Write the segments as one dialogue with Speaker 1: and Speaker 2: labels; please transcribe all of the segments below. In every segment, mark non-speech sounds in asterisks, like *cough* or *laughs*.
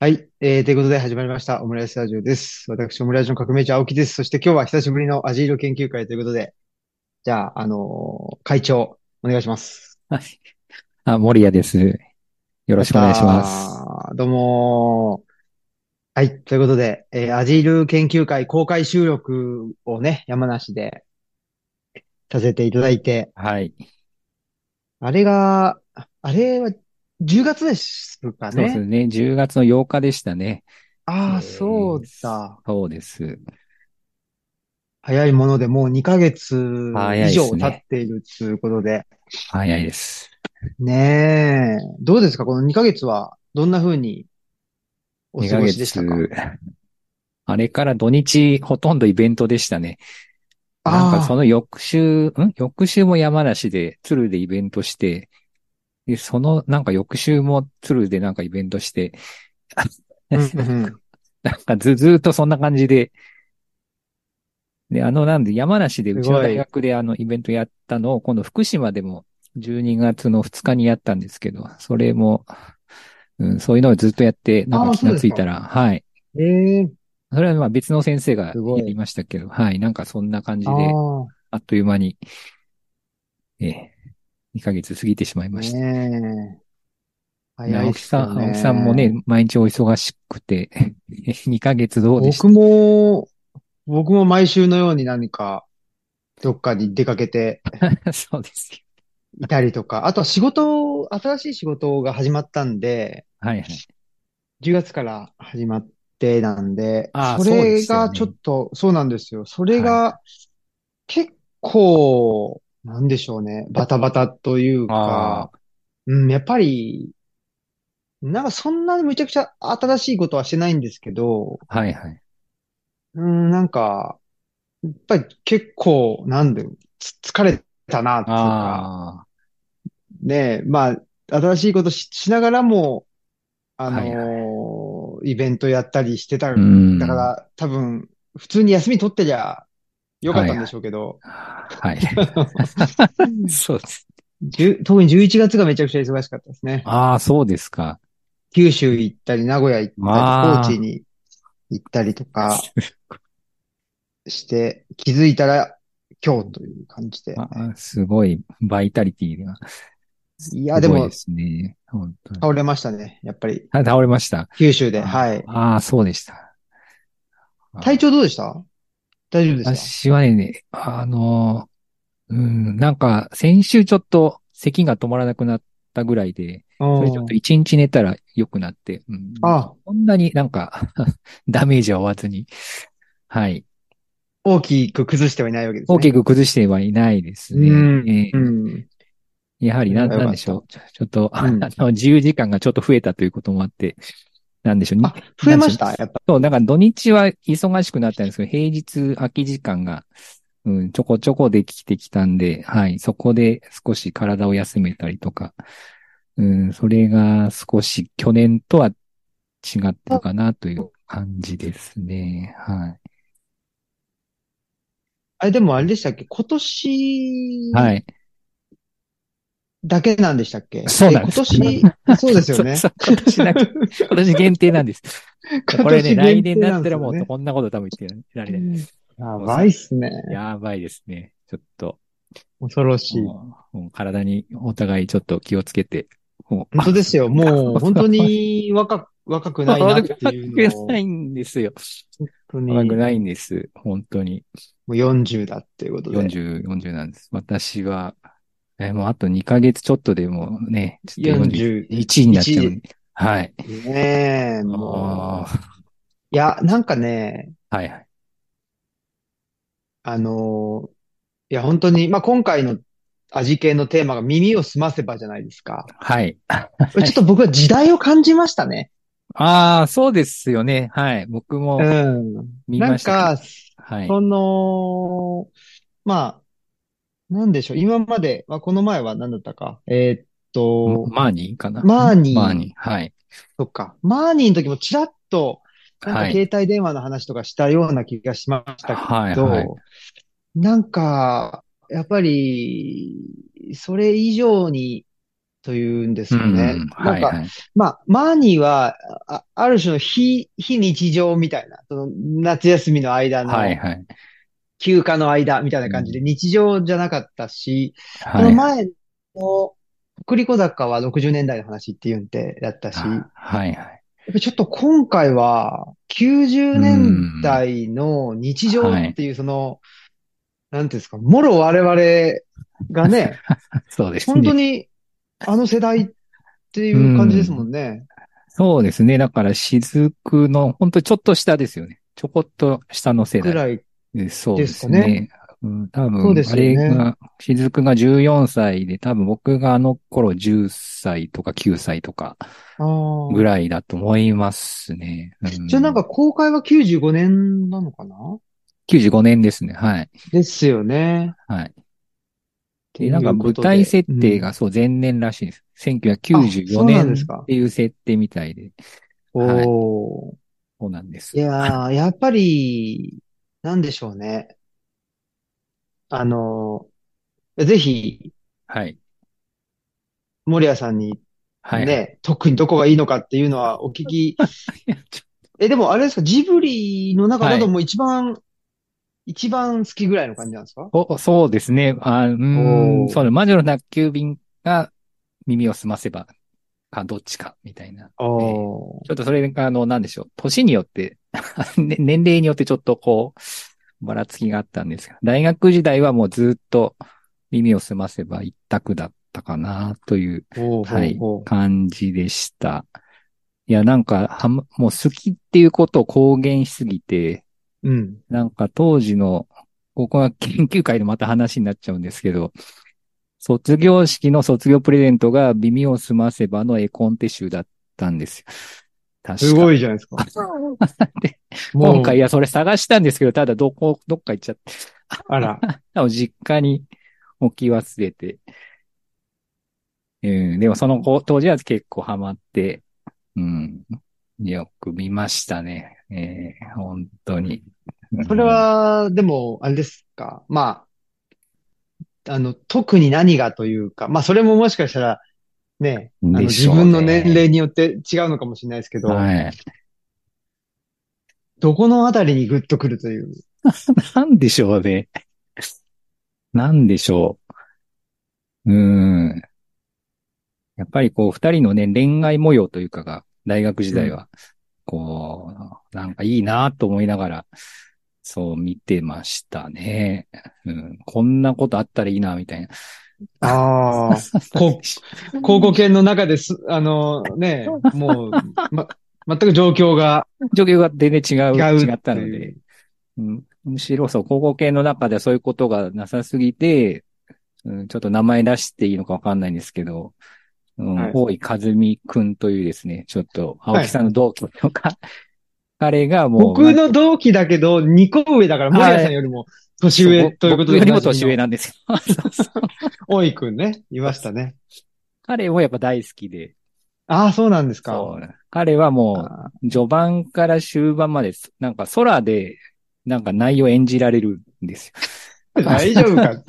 Speaker 1: えー、ということで始まりました、オムライスラジオです。私、オムライスの革命児青木です。そして今日は久しぶりのアジール研究会ということで、じゃあ、あのー会長、お願いします。
Speaker 2: はい。あ、森谷です。よろしくお願いします。
Speaker 1: どうもはい、ということで、えー、アジール研究会公開収録をね、山梨でさせていただいて、
Speaker 2: はい。
Speaker 1: あれが、あれは10月ですかね。
Speaker 2: そうですね。10月の8日でしたね。
Speaker 1: ああ、えー、そうだ。
Speaker 2: そうです。
Speaker 1: 早いものでもう2ヶ月以上経っているということで。
Speaker 2: 早いです。
Speaker 1: ねえ。どうですかこの2ヶ月はどんな風にお過ごしでしたか
Speaker 2: あれから土日ほとんどイベントでしたね。なんかその翌週、ん翌週も山梨で、鶴でイベントして、で、そのなんか翌週も鶴でなんかイベントして、うんうん、 *laughs* なんかず、ずっとそんな感じで、で、あの、なんで、山梨で、うちの大学であのイベントやったのを、今度福島でも12月の2日にやったんですけど、それも、うん、そういうのをずっとやって、なんか気がついたら、はい。
Speaker 1: ええー
Speaker 2: それはまあ別の先生がやりましたけど、はい、なんかそんな感じで、あっという間に、ええ、2ヶ月過ぎてしまいました。
Speaker 1: ね
Speaker 2: え。青木さん、ね、青木さんもね、毎日お忙しくて、2ヶ *laughs* 月どうでした
Speaker 1: 僕も、僕も毎週のように何か、どっかに出かけて、
Speaker 2: *laughs* そうですよ。
Speaker 1: いたりとか、あとは仕事、新しい仕事が始まったんで、
Speaker 2: はいはい。
Speaker 1: 10月から始まって、定なんで、それがちょっと、そう、ね,、なんですよ。それが、結構、はい、なんでしょうね、バタバタというか、うん、やっぱり、なんかそんなにむちゃくちゃ新しいことはしてないんですけど、
Speaker 2: はいはい。
Speaker 1: うん、なんか、やっぱり結構、なんで、疲れたな、っていうか、ねえ、まあ、新しいことしながらも、あのーはいはいイベントやったりしてた。だから、多分、普通に休み取ってりゃよかったんでしょうけど。
Speaker 2: はい、
Speaker 1: *laughs*
Speaker 2: はい。そうです。
Speaker 1: 特に11月がめちゃくちゃ忙しかったですね。
Speaker 2: ああ、そうですか。
Speaker 1: 九州行ったり、名古屋行ったり、高知に行ったりとかして、気づいたら今日という感じで、ね、
Speaker 2: すごい、バイタリティが。
Speaker 1: いや、でも、
Speaker 2: ですね、
Speaker 1: 倒れましたね、やっぱり。
Speaker 2: 倒れました。
Speaker 1: 九州で、はい。
Speaker 2: ああ、そうでした。
Speaker 1: 体調どうでした大丈夫ですか
Speaker 2: 私はね、あの、うん、なんか、先週ちょっと咳が止まらなくなったぐらいで、それちょっと一日寝たら良くなって、うん、
Speaker 1: あ
Speaker 2: こんなになんか *laughs* ダメージは負わずに、はい。
Speaker 1: 大きく崩してはいないわけですね。
Speaker 2: 大きく崩してはいないですね。
Speaker 1: うんえー、うん
Speaker 2: やはりなんなんでしょう。ちょっと、あの、自由時間がちょっと増えたということもあって、なんでしょうね。
Speaker 1: 増えましたやっぱ。
Speaker 2: そう、だから土日は忙しくなったんですけど、平日空き時間が、うん、ちょこちょこできてきたんで、はい、そこで少し体を休めたりとか、うん、それが少し去年とは違ったかなという感じですね。はい。
Speaker 1: あれ、でもあれでしたっけ今年、
Speaker 2: はい。
Speaker 1: だけなんでしたっけ
Speaker 2: そうなんです。
Speaker 1: 今年、
Speaker 2: *laughs*
Speaker 1: そうですよね。
Speaker 2: そうそう今年だけ、
Speaker 1: *laughs*
Speaker 2: 今年限定なんです。これね、来年になったらもうこんなこと多分言ってられないです。
Speaker 1: やばいっすね。
Speaker 2: やばいですね。ちょっと。
Speaker 1: 恐ろしい。
Speaker 2: 体にお互いちょっと気をつけて。
Speaker 1: 本当ですよ。もう本当に若若くないなっていう
Speaker 2: のを。若くないんですよ。若くないんです。本当に。
Speaker 1: もう40だっていうことで。
Speaker 2: 40、40なんです。私は、え、もうあと2ヶ月ちょっとでもうね、ちょっと41になっちゃう。はい。
Speaker 1: ねえ、もう。いや、なんかね。
Speaker 2: はいはい。
Speaker 1: あの、いや、本当に、まあ、今回の味系のテーマが耳をすませばじゃないですか。
Speaker 2: はい。
Speaker 1: ちょっと僕は時代を感じましたね。
Speaker 2: ああ、そうですよね。はい。僕も。うん。見ました。
Speaker 1: なんか、はい、その、まあ、なんでしょう、今まで、はこの前は何だったか。えー、っと、
Speaker 2: マーニーかな。
Speaker 1: マーニー。
Speaker 2: マーニー、はい。
Speaker 1: そっか。マーニーの時もちらっと、なんか携帯電話の話とかしたような気がしましたけど、はいはい、なんか、やっぱり、それ以上にというんですよね。
Speaker 2: うん
Speaker 1: な
Speaker 2: は
Speaker 1: ん
Speaker 2: い
Speaker 1: か、
Speaker 2: はい。
Speaker 1: まあ、マーニーは、あある種の非、非日常みたいな、その夏休みの間の、
Speaker 2: はいはい。
Speaker 1: 休暇の間みたいな感じで日常じゃなかったし、
Speaker 2: は
Speaker 1: その
Speaker 2: い。
Speaker 1: 前の、送り小坂は60年代の話っていうんでだったし、やっ
Speaker 2: あはいはい。
Speaker 1: ぱりちょっと今回は90年代の日常っていうその、なんていうんですか、もろ我々がね、
Speaker 2: そうです
Speaker 1: 本当
Speaker 2: ね。
Speaker 1: にあの世代っていう感じですもんね。
Speaker 2: そうですね。だから、雫の、本当ちょっと下ですよね。ちょこっと下の世
Speaker 1: ぐ
Speaker 2: 代。
Speaker 1: らい。
Speaker 2: そうです
Speaker 1: ですか
Speaker 2: ね。うん、多
Speaker 1: そう
Speaker 2: 分、
Speaker 1: で
Speaker 2: あ
Speaker 1: すよ
Speaker 2: れ
Speaker 1: ね
Speaker 2: が、雫が14歳で、多分僕があの頃10歳とか9歳とか
Speaker 1: あー
Speaker 2: ぐらいだと思いますね。うん
Speaker 1: じゃあなんか公開は95年なのかな
Speaker 2: 95年ですね。はい。
Speaker 1: ですよね。
Speaker 2: はい。
Speaker 1: とい
Speaker 2: で、
Speaker 1: う
Speaker 2: なんか
Speaker 1: こ
Speaker 2: 舞
Speaker 1: と
Speaker 2: 台
Speaker 1: で
Speaker 2: 設定がそう前年らしいです。1994
Speaker 1: あそうなん
Speaker 2: 年
Speaker 1: ですか
Speaker 2: っていう設定みたいで。
Speaker 1: うん
Speaker 2: はい
Speaker 1: おー。
Speaker 2: そうなんです
Speaker 1: い。や
Speaker 2: *laughs*
Speaker 1: ー、やっぱり、なんでしょうね。あの、ぜひ、
Speaker 2: はい。
Speaker 1: 森谷さんに
Speaker 2: はい。 *laughs*
Speaker 1: ね、特にどこがいいのかっていうのはお聞き。
Speaker 2: いやちょ
Speaker 1: え、でもあれですか、ジブリの中だともう一番、一番好きぐらいの感じなんですか
Speaker 2: おそうですね。あう
Speaker 1: お
Speaker 2: ーん。
Speaker 1: ー
Speaker 2: その魔女の宅急便が耳を澄ませば、か、どっちか、みたいな。
Speaker 1: おー。
Speaker 2: ちょっとそれが、あの、なんでしょう。年によって、 *laughs* ね年齢によってちょっとこう、ばらつきがあったんですが、大学時代はもうずっと耳を澄ませば一択だったかな、という
Speaker 1: おー、
Speaker 2: はい
Speaker 1: ほうほう
Speaker 2: 感じでした。いや、なんか、はま、もう好きっていうことを公言しすぎて、
Speaker 1: うん。
Speaker 2: なんか当時の、ここは研究会でまた話になっちゃうんですけど、卒業式の卒業プレゼントが耳を澄ませばの絵コンテ集だったんですよ。確か
Speaker 1: すごいじゃないですか。
Speaker 2: で
Speaker 1: もう
Speaker 2: 今回、いや、それ探したんですけど、ただどこ、どっか行っちゃって、
Speaker 1: あら。
Speaker 2: なお実家に置き忘れて。うん、でもその子当時は結構ハマって、うん、よく見ましたね。えー本当に。
Speaker 1: それは、でも、あれですか。まあ、あの、特に何がというか、まあ、それももしかしたら、ね、あの、
Speaker 2: でし
Speaker 1: 自
Speaker 2: ょうね
Speaker 1: 分の年齢によって違うのかもしれないですけ
Speaker 2: う
Speaker 1: ど
Speaker 2: ん、、はい。
Speaker 1: どこのあたりにグッとくるという。
Speaker 2: なんでしょうね。なんでしょう。うーん。やっぱりこう、二人のね、恋愛模様というかが、大学時代は、こう、なんかいいなと思いながら、そう見てましたね。うん。こんなことあったらいいなみたいな。
Speaker 1: ああ、こ考古研の中です、あの、ね、もう、ま、全く状況が
Speaker 2: 状況が全然違う、
Speaker 1: 違う
Speaker 2: 違ったの
Speaker 1: って
Speaker 2: で
Speaker 1: い。
Speaker 2: うん、むしろそう、高校系の中ではそういうことがなさすぎて、うん、ちょっと名前出していいのかわかんないんですけど、うん、
Speaker 1: はい
Speaker 2: 大井和美くんというですね、ちょっと、青木さんの同期のか、 *laughs* 彼がもう、
Speaker 1: 僕の同期だけど、2個上だから、森谷さんよりも年上ということで
Speaker 2: 僕よ
Speaker 1: お
Speaker 2: りも
Speaker 1: なじみの
Speaker 2: 年上なんですよ。 *laughs* そうそう
Speaker 1: 大井くんね、いましたね。
Speaker 2: 彼もやっぱ大好きで、
Speaker 1: ああ、そうなんですか。
Speaker 2: そう彼はも
Speaker 1: あ
Speaker 2: う、序盤から終盤まで、なんか空で、なんか内容演じられるんですよ。 *laughs*
Speaker 1: ー大丈夫かって。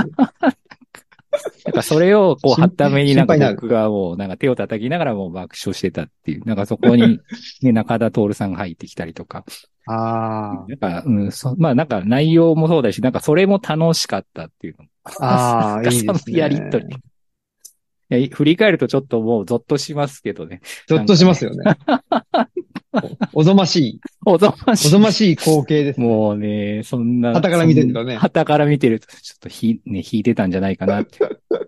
Speaker 2: なんかそれをこう、
Speaker 1: 心
Speaker 2: はっためになんか
Speaker 1: 心配になる
Speaker 2: 僕がもうなんか手を叩きながらもう爆笑してたっていう。なんかそこに、
Speaker 1: *laughs*
Speaker 2: ね、中田徹さんが入ってきたりとか。
Speaker 1: *laughs* あ
Speaker 2: なんか、うん、そまあなんか内容もそうだし、なんかそれも楽しかったっていうのも。
Speaker 1: あ、ああ、
Speaker 2: なんか
Speaker 1: いい
Speaker 2: そ
Speaker 1: で
Speaker 2: の
Speaker 1: すね。
Speaker 2: やりとり。いや振り返るとちょっともうゾッとしますけどね。 *laughs*
Speaker 1: ゾッとしますよね。おおぞましい、
Speaker 2: おぞまし
Speaker 1: お
Speaker 2: い。
Speaker 1: ぞましい光景ですね。
Speaker 2: もうね、そんな。
Speaker 1: 傍から見てるとね
Speaker 2: そん傍から見てると、ちょっとひ、ね、引いてたんじゃないかなって。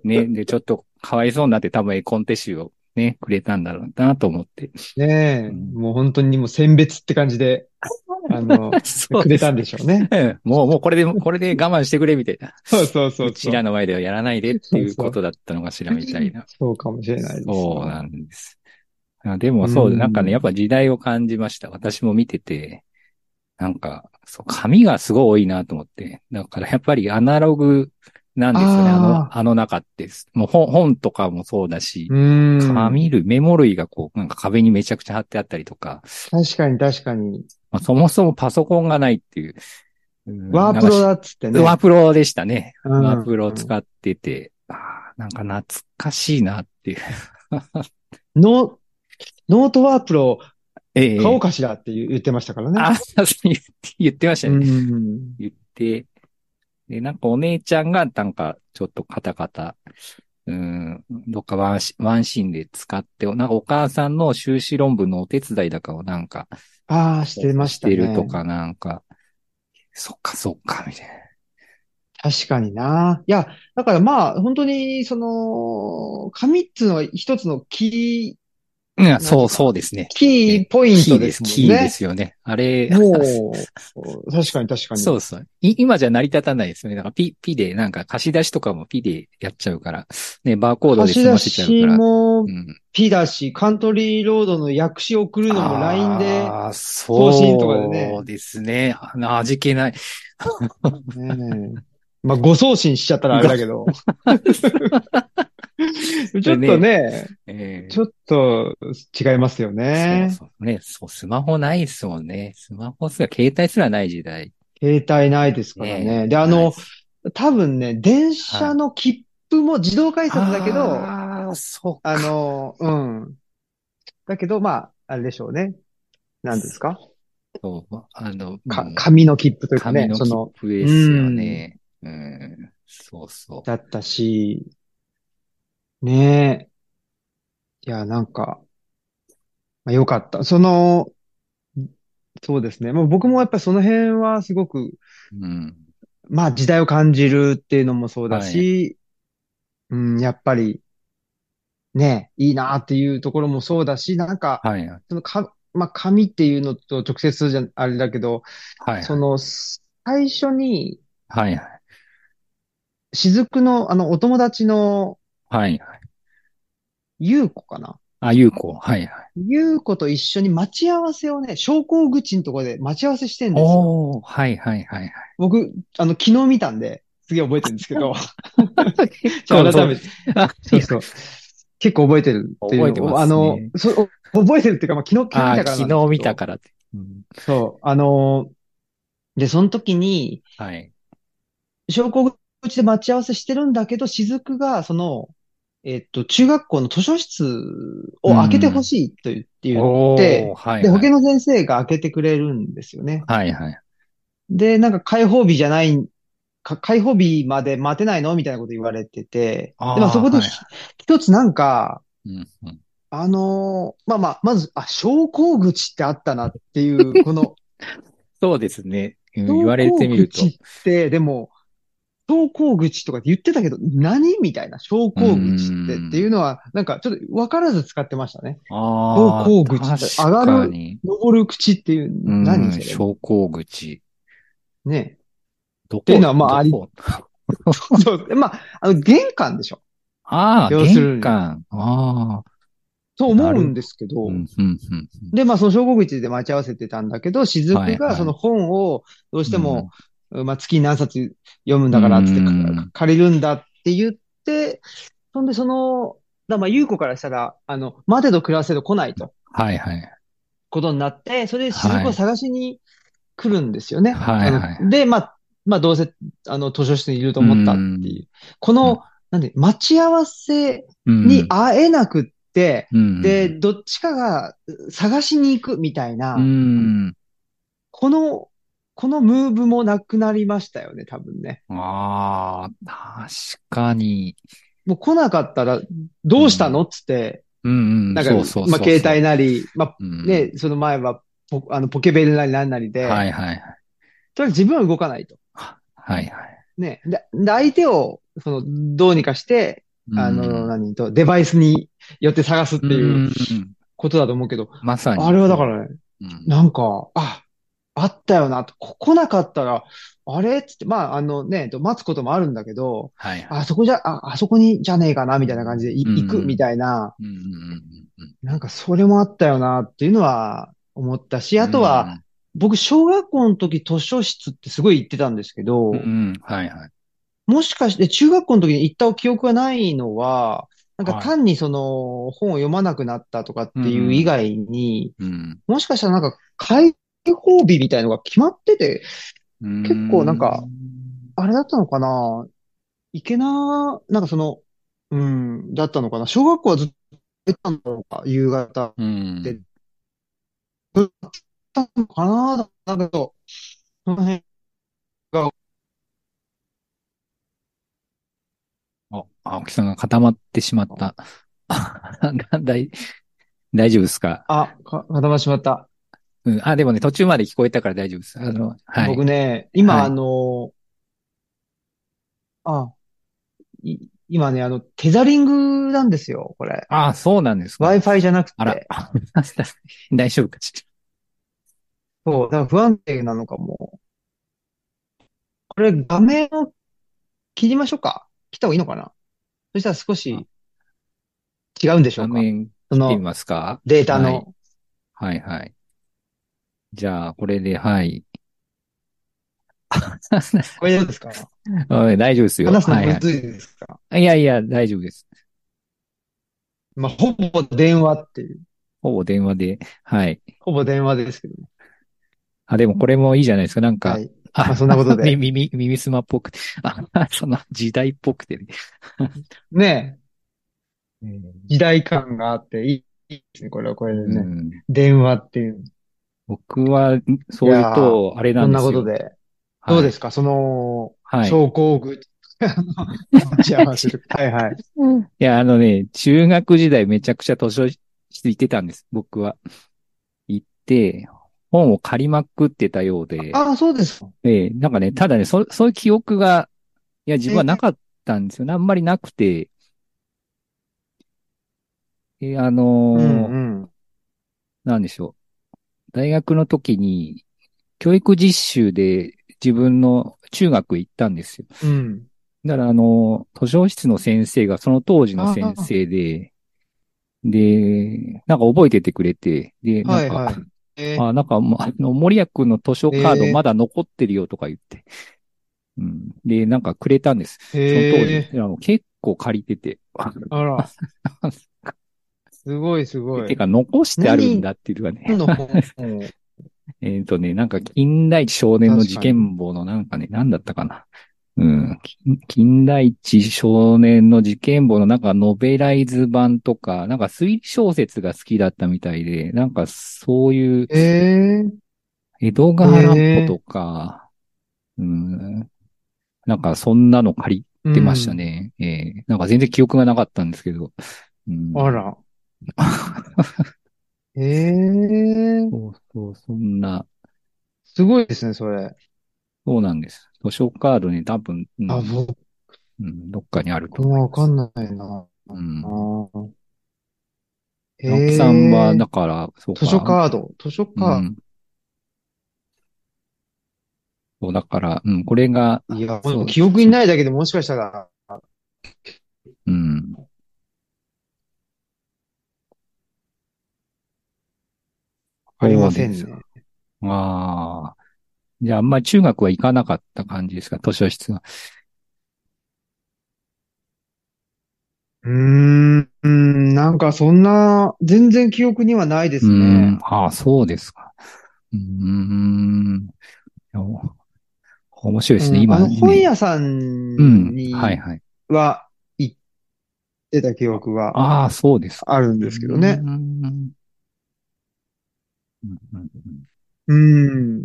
Speaker 2: ね、で、ちょっとかわいそうになって多分絵コンテ集をね、くれたんだろうなと思って。
Speaker 1: ねえ、
Speaker 2: うん
Speaker 1: もう本当にもう選別って感じ
Speaker 2: *laughs*
Speaker 1: で、あ *laughs* の、
Speaker 2: そう
Speaker 1: く
Speaker 2: で
Speaker 1: れ
Speaker 2: す
Speaker 1: たんでしょうね。
Speaker 2: うんもう、もうこれで、これで我慢してくれみたいな。
Speaker 1: そうそうそうう
Speaker 2: ち
Speaker 1: そう。
Speaker 2: らの前ではやらないでっていうことだったのかしらみたいな。
Speaker 1: そうかもしれないです。
Speaker 2: そうなんです。あでもそうう、
Speaker 1: ん
Speaker 2: なんかね、やっぱ時代を感じました。私も見てて、なんか、そう、紙がすごい多いなと思って。だからやっぱりアナログなんですよね、あ
Speaker 1: あ
Speaker 2: の、あの中って。もう本、本とかもそうだし、
Speaker 1: うーん。
Speaker 2: 紙類、メモ類がこう、なんか壁にめちゃくちゃ貼ってあったりとか、
Speaker 1: 確かに確かに。
Speaker 2: まあ、そもそもパソコンがないっていう。うん
Speaker 1: ワープロだっつってね。
Speaker 2: ワープロでしたね。
Speaker 1: うん
Speaker 2: ワープロを使ってて、あーなんか懐かしいなっっていう。
Speaker 1: ノ、ノートワープロ
Speaker 2: ええ
Speaker 1: 買おうかしらって言ってましたからね。
Speaker 2: あ、そう言って言ってました
Speaker 1: う
Speaker 2: ね。
Speaker 1: ん。
Speaker 2: 言って、で、なんかお姉ちゃんが、なんか、ちょっとカタカタ、うん、どっかワンシワンシーンで使って、なんかお母さんの修士論文のお手伝いだかをなんか、
Speaker 1: ああ、してましたね。
Speaker 2: してるとかなんか、そっかそっか、みたいな。
Speaker 1: 確かにな。いや、だからまあ、本当に、その、紙っつうのは一つのキ
Speaker 2: うん、
Speaker 1: ですか
Speaker 2: そうそうですね
Speaker 1: ー、。キーポイン
Speaker 2: キ
Speaker 1: ト
Speaker 2: ー
Speaker 1: で
Speaker 2: ですす、
Speaker 1: もん
Speaker 2: キーで
Speaker 1: ね。
Speaker 2: すよね。あれ、
Speaker 1: も
Speaker 2: *laughs*
Speaker 1: う、確かに確かに。
Speaker 2: そうそう。い今じゃ成り立たないですよね。だからピ、ピで、なんか貸し出しとかもピでやっちゃうから、ね、バーコードで
Speaker 1: 貸し
Speaker 2: 済
Speaker 1: 出
Speaker 2: ませちゃう
Speaker 1: し
Speaker 2: から。
Speaker 1: も
Speaker 2: うん。
Speaker 1: P だし、カントリーロードの訳詞送るのも LINE で、
Speaker 2: あー
Speaker 1: 送信とかでね
Speaker 2: そうですね。あの味
Speaker 1: *laughs*
Speaker 2: 気ない。
Speaker 1: ねえまあ、誤送信しちゃったらあれだけど。ちょっとね、
Speaker 2: えー
Speaker 1: ちょっと違いますよね。
Speaker 2: そうそうね。そう、スマホないですもんね。スマホすら、携帯すらない時代。
Speaker 1: 携帯ないですからね。で、あの、多分ね、電車の切符も自動改札だけど、あ
Speaker 2: ああ、そうか。
Speaker 1: の、うん。だけど、まあ、あれでしょうね。何ですか
Speaker 2: そうあの、
Speaker 1: か
Speaker 2: うん
Speaker 1: 紙の切符というか
Speaker 2: 紙
Speaker 1: ね、
Speaker 2: の
Speaker 1: その、
Speaker 2: 切符ですよね。うん。そうそう。
Speaker 1: だったし、ねえ。いや、なんか、まあ、よかった。その、そうですね。もう僕もやっぱりその辺はすごく、
Speaker 2: うん。
Speaker 1: まあ時代を感じるっていうのもそうだし、うん、やっぱり、ねえ、いいなっていうところもそうだし、なんか、
Speaker 2: はい。はい
Speaker 1: そのか、まあ紙っていうのと直接じゃ、あれだけど、
Speaker 2: はい。
Speaker 1: その、最初に、
Speaker 2: はいはい。
Speaker 1: 雫の、あの、お友達の、
Speaker 2: はいはい。
Speaker 1: ゆうこかな
Speaker 2: あ、ゆうこ。はいはい。
Speaker 1: ゆうこと一緒に待ち合わせをね、昇降口のところで待ち合わせしてんですよ。
Speaker 2: おー、はいはいはいはい。
Speaker 1: 僕、あの、昨日見たんで、すげえ覚えてるんですけ
Speaker 2: *laughs*
Speaker 1: ど、
Speaker 2: 構そう
Speaker 1: 改めて。
Speaker 2: あ
Speaker 1: そうそう。結構覚えてるっていうの
Speaker 2: 覚えてますね
Speaker 1: あの、そう覚えてるっていうか、まあ、昨日、昨日見たからなんで
Speaker 2: あー
Speaker 1: すけ
Speaker 2: 昨日見た
Speaker 1: ど
Speaker 2: からって。うん
Speaker 1: そう。あの、で、その時に、
Speaker 2: はい。
Speaker 1: 昇降口で待ち合わせしてるんだけど、雫が、その、えっと、中学校の図書室を開けてほしいと言って言
Speaker 2: お
Speaker 1: って
Speaker 2: ー、はいはい。
Speaker 1: で、保健の先生が開けてくれるんですよね。
Speaker 2: はいはい。
Speaker 1: で、なんか開放日じゃない、か開放日まで待てないのみたいなこと言われてて、
Speaker 2: あー
Speaker 1: で、まあそこで
Speaker 2: はい
Speaker 1: ひ一つなんか、
Speaker 2: うんうん
Speaker 1: あのーまあまあ、まず、あ、昇降口ってあったなっていう、この、
Speaker 2: そうですね。うん
Speaker 1: 昇
Speaker 2: 言われてみると
Speaker 1: 降。口って、でも、昇降口とかって言ってたけど、何みたいな、昇降口って
Speaker 2: うん
Speaker 1: っていうのは、なんかちょっと分からず使ってましたね。
Speaker 2: あ
Speaker 1: 昇降
Speaker 2: ー
Speaker 1: 口って
Speaker 2: 確
Speaker 1: 上がる
Speaker 2: かに。
Speaker 1: 登る口っていう、
Speaker 2: うん
Speaker 1: 何それ
Speaker 2: 昇降口。
Speaker 1: ね。
Speaker 2: どこ
Speaker 1: ていうのはまあ
Speaker 2: どこ
Speaker 1: そう。でまあ、あの、玄関でしょ
Speaker 2: あー
Speaker 1: 要するに
Speaker 2: 玄関。ああ。
Speaker 1: と思うんですけど、
Speaker 2: うんうんうん
Speaker 1: で、まあ、その小国口で待ち合わせてたんだけど、雫
Speaker 2: はいは
Speaker 1: が
Speaker 2: い
Speaker 1: その本をどうしても、まあ、月に何冊読むんだから、つってか
Speaker 2: うん
Speaker 1: 借りるんだって言って、そんで、その、だまあ、優子からしたら、あの、待てど暮らせど来ないと、
Speaker 2: はいはい。
Speaker 1: ことになって、それで
Speaker 2: は
Speaker 1: 雫
Speaker 2: い
Speaker 1: を探しに来るんですよね。
Speaker 2: はいはい
Speaker 1: あので、まあ、まあ、どうせ、あの、図書室にいると思ったっていうう。こ
Speaker 2: うん
Speaker 1: の、なんで、待ち合わせに会えなくって、
Speaker 2: うん、
Speaker 1: で、どっちかが探しに行くみたいな、
Speaker 2: うん。
Speaker 1: この、このムーブもなくなりましたよね、多分ね。
Speaker 2: ああ、確かに。
Speaker 1: もう来なかったら、どうしたのっつって、
Speaker 2: うんうん。
Speaker 1: なんか、
Speaker 2: そうそうそう
Speaker 1: まあ、携帯なり、まあ、
Speaker 2: 帯
Speaker 1: ね、その前はポ、あの、ポケベルなりなんなりで、
Speaker 2: はいはいはい。
Speaker 1: とりあえず自分は動かないと。
Speaker 2: はいはい。
Speaker 1: ね。で、で相手を、その、どうにかして、あの、
Speaker 2: っ
Speaker 1: 何と、デバイスによって探すっていううことだと思うけど、
Speaker 2: まさに。
Speaker 1: あれはだからね、
Speaker 2: うん、
Speaker 1: なんか、あ、あったよなと、こ来なかったら、あれっつって、まあ、あのね、と待つこともあるんだけど、
Speaker 2: はいはい。
Speaker 1: あそこじゃ、あ、あそこにじゃねえかな、みたいな感じでい
Speaker 2: う
Speaker 1: 行
Speaker 2: ん
Speaker 1: くみたいな、
Speaker 2: うんうんうんうん
Speaker 1: なんかそれもあったよなっていうのは思ったし、あとは、、僕、小学校の時図書室ってすごい行ってたんですけど
Speaker 2: うん、うん、はいはい。
Speaker 1: もしかして中学校の時に行った記憶がないのは、なんか
Speaker 2: はい
Speaker 1: 単にその本を読まなくなったとかっていう以外に、
Speaker 2: うん、
Speaker 1: もしかしたらなんか開放日みたいのが決まってて、結構なんかあれだったのかないけな、なんかその、うん、だったのかな。小学校はずっと行ったんだろうか、夕方。
Speaker 2: うん。
Speaker 1: でだったのかななんだけど、その辺、
Speaker 2: あ、青木さんが固まってしまった。 *laughs* 大、大丈夫ですか、
Speaker 1: あ、か固まってしまった。
Speaker 2: うん、あ、でもね、途中まで聞こえたから大丈夫です。あの、はい。
Speaker 1: 僕ね、今、
Speaker 2: はい
Speaker 1: あの、あ、い今ね、あの、テザリングなんですよ、これ。
Speaker 2: あ、そうなんですか。
Speaker 1: Wi-Fi じゃなく
Speaker 2: あら
Speaker 1: て。。
Speaker 2: *laughs* 大丈夫かし
Speaker 1: そう、だから不安定なのかも。これ、画面を切りましょうか。切った方がいいのかなそしたら少し違うんでしょ
Speaker 2: ら。
Speaker 1: う
Speaker 2: 画
Speaker 1: か。
Speaker 2: 面
Speaker 1: そ
Speaker 2: 見てみ
Speaker 1: の
Speaker 2: ますか
Speaker 1: データ
Speaker 2: はい
Speaker 1: の。
Speaker 2: はいはい。じゃあ、これで、
Speaker 1: *laughs*
Speaker 2: はい。
Speaker 1: これどうですか
Speaker 2: うん大丈夫ですよ。
Speaker 1: 話すの
Speaker 2: はい
Speaker 1: む
Speaker 2: は
Speaker 1: ずいですか
Speaker 2: い。いやいや、大丈夫です。
Speaker 1: まあ、ほぼ電話っていう。
Speaker 2: ほぼ電話で。はい。
Speaker 1: ほぼ電話ですけどね。
Speaker 2: あ、でもこれもいいじゃないですか。なんか、
Speaker 1: はい。まあそんなこと
Speaker 2: *laughs*
Speaker 1: で
Speaker 2: み耳、耳すまっぽくて。あ、その時代っぽくてね。
Speaker 1: ねえ時代感があっていいいいですね。これはこれで
Speaker 2: う
Speaker 1: ね。
Speaker 2: ん、
Speaker 1: 電話っていう。
Speaker 2: 僕は、そういうと、あれ
Speaker 1: こ
Speaker 2: なんんで
Speaker 1: な
Speaker 2: す
Speaker 1: こ
Speaker 2: よ。
Speaker 1: とで。どうですすかその、
Speaker 2: はい。はい
Speaker 1: 症候群。あの持ち合わせる。
Speaker 2: *laughs*
Speaker 1: はいはい。
Speaker 2: いや、あのね、中学時代めちゃくちゃ図書室行ってたんです、僕は。行って、本を借りまくってたようで、
Speaker 1: *laughs* ああ、そうですか。
Speaker 2: ええなんかね、ただね、そ、そういう記憶が、いや、自分はなかったんですよね。あんまりなくて。えあの
Speaker 1: う
Speaker 2: ー
Speaker 1: んうん。
Speaker 2: なんでしょう。大学の時に、教育実習で自分の中学行ったんですよ。
Speaker 1: うん。
Speaker 2: だから、あの、図書室の先生がその当時の先生で、で、なんか覚えててくれて、で、
Speaker 1: は
Speaker 2: なん
Speaker 1: い
Speaker 2: か、
Speaker 1: はい。えー
Speaker 2: あ、なんかもう、あの、森谷くんの図書カード
Speaker 1: えー
Speaker 2: まだ残ってるよとか言って、うん。で、なんかくれたんです。その当時、
Speaker 1: へえ。
Speaker 2: あの結構借りてて、
Speaker 1: あら。すごいすご
Speaker 2: て
Speaker 1: い。
Speaker 2: か残してあるんだっていうのはね。
Speaker 1: 何の本
Speaker 2: *laughs*
Speaker 1: を
Speaker 2: えっとね、なんか、近代一少年の事件簿のなんかね、なんだったかな。うん。近近代一少年の事件簿のなんか、ノベライズ版とか、なんか推理小説が好きだったみたいで、なんかそういう、
Speaker 1: えー
Speaker 2: 江戸川乱歩とか、うん。なんか、そんなの借りてました。ね。ええなんか全然記憶がなかったんですけど。う
Speaker 1: う
Speaker 2: ん
Speaker 1: んあ
Speaker 2: *laughs*
Speaker 1: ら。ええ。
Speaker 2: そうそう、そんな、
Speaker 1: すごいですね、それ。
Speaker 2: そうなんです。図書カードね、多分、うん
Speaker 1: あ、僕
Speaker 2: うん、どっかにあると思い
Speaker 1: も
Speaker 2: ま
Speaker 1: わ
Speaker 2: す。
Speaker 1: かんないな。
Speaker 2: うん。
Speaker 1: 青
Speaker 2: 青木さんは、だから、そうか。
Speaker 1: 図書カード。図書
Speaker 2: う
Speaker 1: カ
Speaker 2: ん。そう、だから、うん、これが、
Speaker 1: ード。いや、
Speaker 2: そう
Speaker 1: 記憶にないだけでもしかしたら、
Speaker 2: うん。
Speaker 1: わかりません
Speaker 2: そう
Speaker 1: ね。
Speaker 2: ああ。じゃあ、あんまり中学は行かなかった感じですか、図書室は。
Speaker 1: うーん、うんなんかそんな、全然記憶にはないです
Speaker 2: う
Speaker 1: ね
Speaker 2: ん。。ああ、そうですか。うーん。いや面白いですね、
Speaker 1: うん
Speaker 2: 今
Speaker 1: あの、
Speaker 2: ね
Speaker 1: 本屋さ
Speaker 2: うんん。
Speaker 1: に
Speaker 2: はいはい。
Speaker 1: は行ってた記憶が
Speaker 2: ああ、そうですか。
Speaker 1: あるんですけどね
Speaker 2: う。ん。うんうん
Speaker 1: う
Speaker 2: うん
Speaker 1: ん。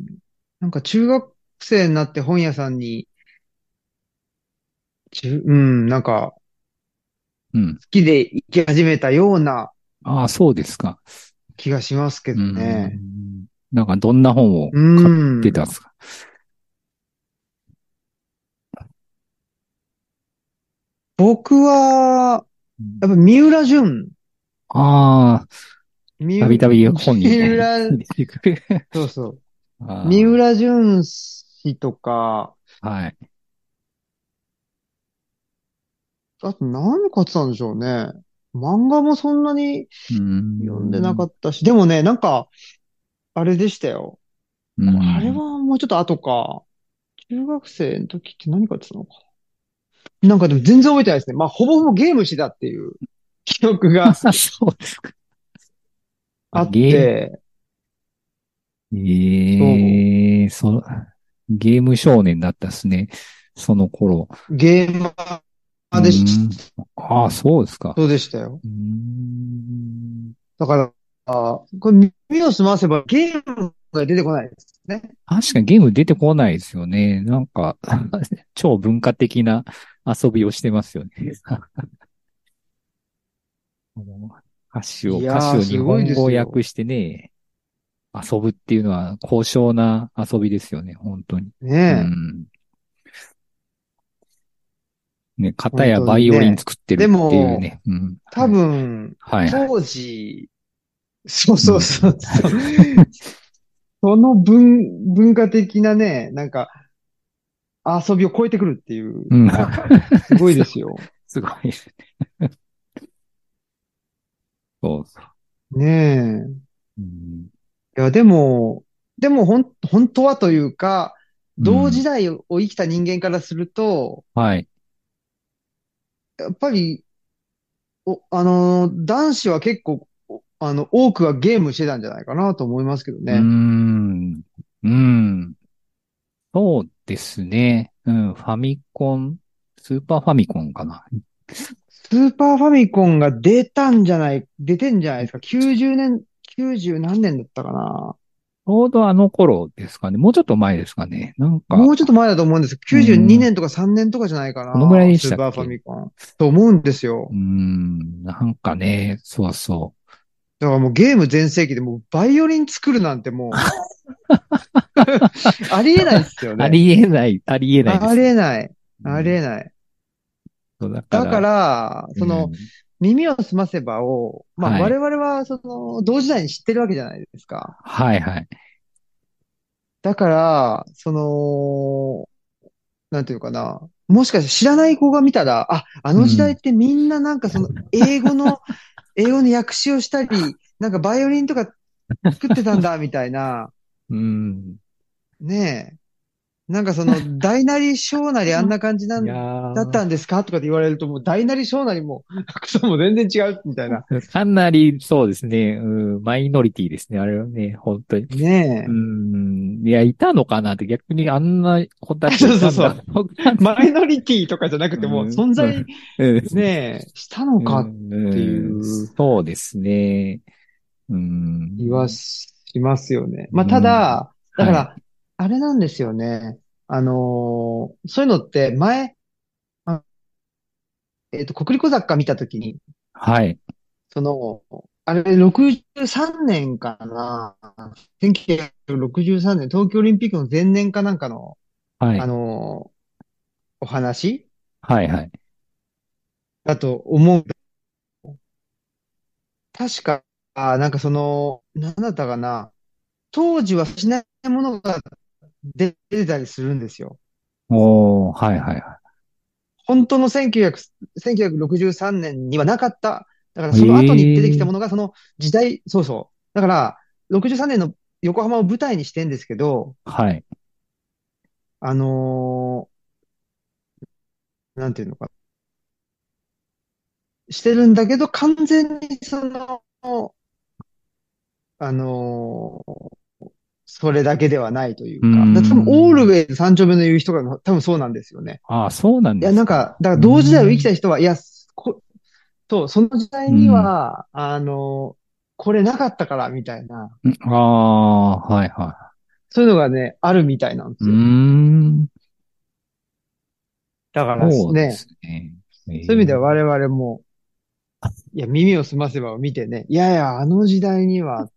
Speaker 1: なんか中学生になって本屋さんに、ちゅうん、なんか
Speaker 2: うん。
Speaker 1: 好きで行き始めたような
Speaker 2: ああ、そうですか。
Speaker 1: 気がしますけどね。
Speaker 2: うんなんかどんな本を買
Speaker 1: うん。
Speaker 2: ってたんですか
Speaker 1: 僕は、やっぱ三浦淳。
Speaker 2: ああ、
Speaker 1: 三
Speaker 2: たびたび本に、
Speaker 1: 三浦、
Speaker 2: 出てくる
Speaker 1: そうそう。
Speaker 2: *laughs* あ
Speaker 1: *laughs*
Speaker 2: ー
Speaker 1: 三浦淳氏とか、
Speaker 2: はい。
Speaker 1: あと何買ってたんでしょうね。漫画もそんなに読
Speaker 2: 読
Speaker 1: んでなかったし、でもね、なんか、あれでしたよ。
Speaker 2: た
Speaker 1: あれはもうちょっと後か。中学生の時って何買ってたのか。なんかでも全然覚えてないですね。まあ、ほぼほぼゲームしてたっていう記憶が
Speaker 2: *laughs* そうですか。
Speaker 1: あっ
Speaker 2: ゲー
Speaker 1: て、
Speaker 2: ええそう、ゲーム少年だったですね。その頃。
Speaker 1: ゲームはで
Speaker 2: う
Speaker 1: し
Speaker 2: んああ、そうですか。
Speaker 1: そうでしたよ。
Speaker 2: うーん。
Speaker 1: だから、あこれ耳を澄ませばゲームが出てこないですね。
Speaker 2: 確かにゲーム出てこないですよね。なんか、 *laughs* 超文化的な遊びをしてますよね。 *laughs* 歌詞を、
Speaker 1: いやー
Speaker 2: 歌詞を日
Speaker 1: すごい
Speaker 2: 本
Speaker 1: です
Speaker 2: 語
Speaker 1: よ
Speaker 2: 訳してね、遊ぶっていうのは高尚な遊びですよね、本当に。う
Speaker 1: ね
Speaker 2: ん。ね、片や
Speaker 1: 本
Speaker 2: バ
Speaker 1: 当に
Speaker 2: イ
Speaker 1: ね
Speaker 2: オリン作ってるっていうね。うん
Speaker 1: え。多、分、
Speaker 2: はい、はい。
Speaker 1: 当時、そうそうそうそう。その文、文化的なね、なんか、遊びを超えてくるっていう、
Speaker 2: うん
Speaker 1: すごいですよ。
Speaker 2: すごいですね。 *laughs* そうそう。
Speaker 1: ね
Speaker 2: うん
Speaker 1: え。いや、でも、でも、ほん、本当はというか、同時代を生きた人間からすると、
Speaker 2: はい。
Speaker 1: やっぱり、お、あのー男子は結構、おあの、多くはゲームしてたんじゃないかなと思いますけど
Speaker 2: うー
Speaker 1: ね。
Speaker 2: ん。うん。そうですね。うん。ファミコン、スーパーファミコンかな。
Speaker 1: スーパーファミコンが出たんじゃない、出てんじゃないですか。90年、90何年だったかな。
Speaker 2: ちょうどあの頃ですかね。もうちょっと前ですかね。なんか、
Speaker 1: もうちょっと前だと思うんですけど、
Speaker 2: うん
Speaker 1: 92年とか3年とかじゃないかな。
Speaker 2: このぐらいでしたっ
Speaker 1: スー
Speaker 2: け
Speaker 1: パーファミコン。と思うんですよ
Speaker 2: うー。ん。なんかね、そうそ
Speaker 1: だからもうゲーム全盛期でもうバイオリン作るなんて
Speaker 2: *laughs*
Speaker 1: もう、ありえないですよ
Speaker 2: う。
Speaker 1: ね。
Speaker 2: ありえない、ありえないです。
Speaker 1: ありえない。
Speaker 2: うん
Speaker 1: ありえない。
Speaker 2: そうだか
Speaker 1: だ
Speaker 2: ら、
Speaker 1: から、その、
Speaker 2: うん、
Speaker 1: 耳を澄ませばを、まあ、
Speaker 2: はい
Speaker 1: 我々は、その、同時代に知ってるわけじゃないですか。
Speaker 2: はいはい。
Speaker 1: だから、その、なんていうかな。もしかして知らない子が見たら、あ、あの時代ってみんななんかその、英語の、 *laughs* 英語の訳詞をしたり、なんかバイオリンとか作ってたん
Speaker 2: *laughs*
Speaker 1: だ、みたいな。
Speaker 2: うん。
Speaker 1: ねえ。なんかその、大なり小
Speaker 2: *laughs*
Speaker 1: なりあんな感じなん
Speaker 2: いやー
Speaker 1: だったんですかとかって言われると、もう大なり小なりも、クソも全然違う、みたいな。
Speaker 2: かなり、そうですね。うん。マイノリティですね。あれはね、本当に。
Speaker 1: ねえ
Speaker 2: う。ん。いや、いたのかなって、逆にあんな子たちいたん
Speaker 1: *laughs*
Speaker 2: だ。
Speaker 1: そうそう
Speaker 2: 僕なんて
Speaker 1: マイノリティとかじゃなくても、
Speaker 2: うん
Speaker 1: 存在
Speaker 2: うん
Speaker 1: ねえ、したのか、
Speaker 2: って
Speaker 1: いう
Speaker 2: そうですね。うん。
Speaker 1: 気はしますよね。まあ、ただ、だから、あれなんですよね。あのーそういうのって前、あえっと、国立小雑貨見たときに、
Speaker 2: はい。
Speaker 1: その、あれ、63年かな ?1963 年、東京オリンピックの前年かなんかの、
Speaker 2: はい。
Speaker 1: あ
Speaker 2: はい。
Speaker 1: のーお話
Speaker 2: はい。はい。
Speaker 1: だと思う。確か、あなんかその、なんだったかな。当時はしないものが出てたりするんですよ。
Speaker 2: おー、はいはいはい。
Speaker 1: 本当の1900、1963年にはなかった。だからその後に出てきたものがその時代、そうそう。だから、63年の横浜を舞台にしてんですけど、
Speaker 2: はい。
Speaker 1: あのーなんていうのか。してるんだけど、完全にその、あのーそれだけではないというか。
Speaker 2: うん
Speaker 1: だから多分、オールウェイズ三丁目の夕日とかも多分そうなんですよね。
Speaker 2: ああ、そうなん
Speaker 1: い
Speaker 2: で
Speaker 1: や、
Speaker 2: す
Speaker 1: なんか、だから同時代を生きた人は、いや、こ、そう、その時代には、あのーこれなかったから、みたいな。
Speaker 2: うんああー、はいは
Speaker 1: そういうのがね、あるみたいなんで
Speaker 2: い。
Speaker 1: す
Speaker 2: うー
Speaker 1: よ。
Speaker 2: ん。
Speaker 1: だから
Speaker 2: そうで
Speaker 1: ね、
Speaker 2: すね。
Speaker 1: そういう意味では
Speaker 2: え
Speaker 1: 我々も、いや、耳を澄ませばを見てね、いやいや、あの時代には、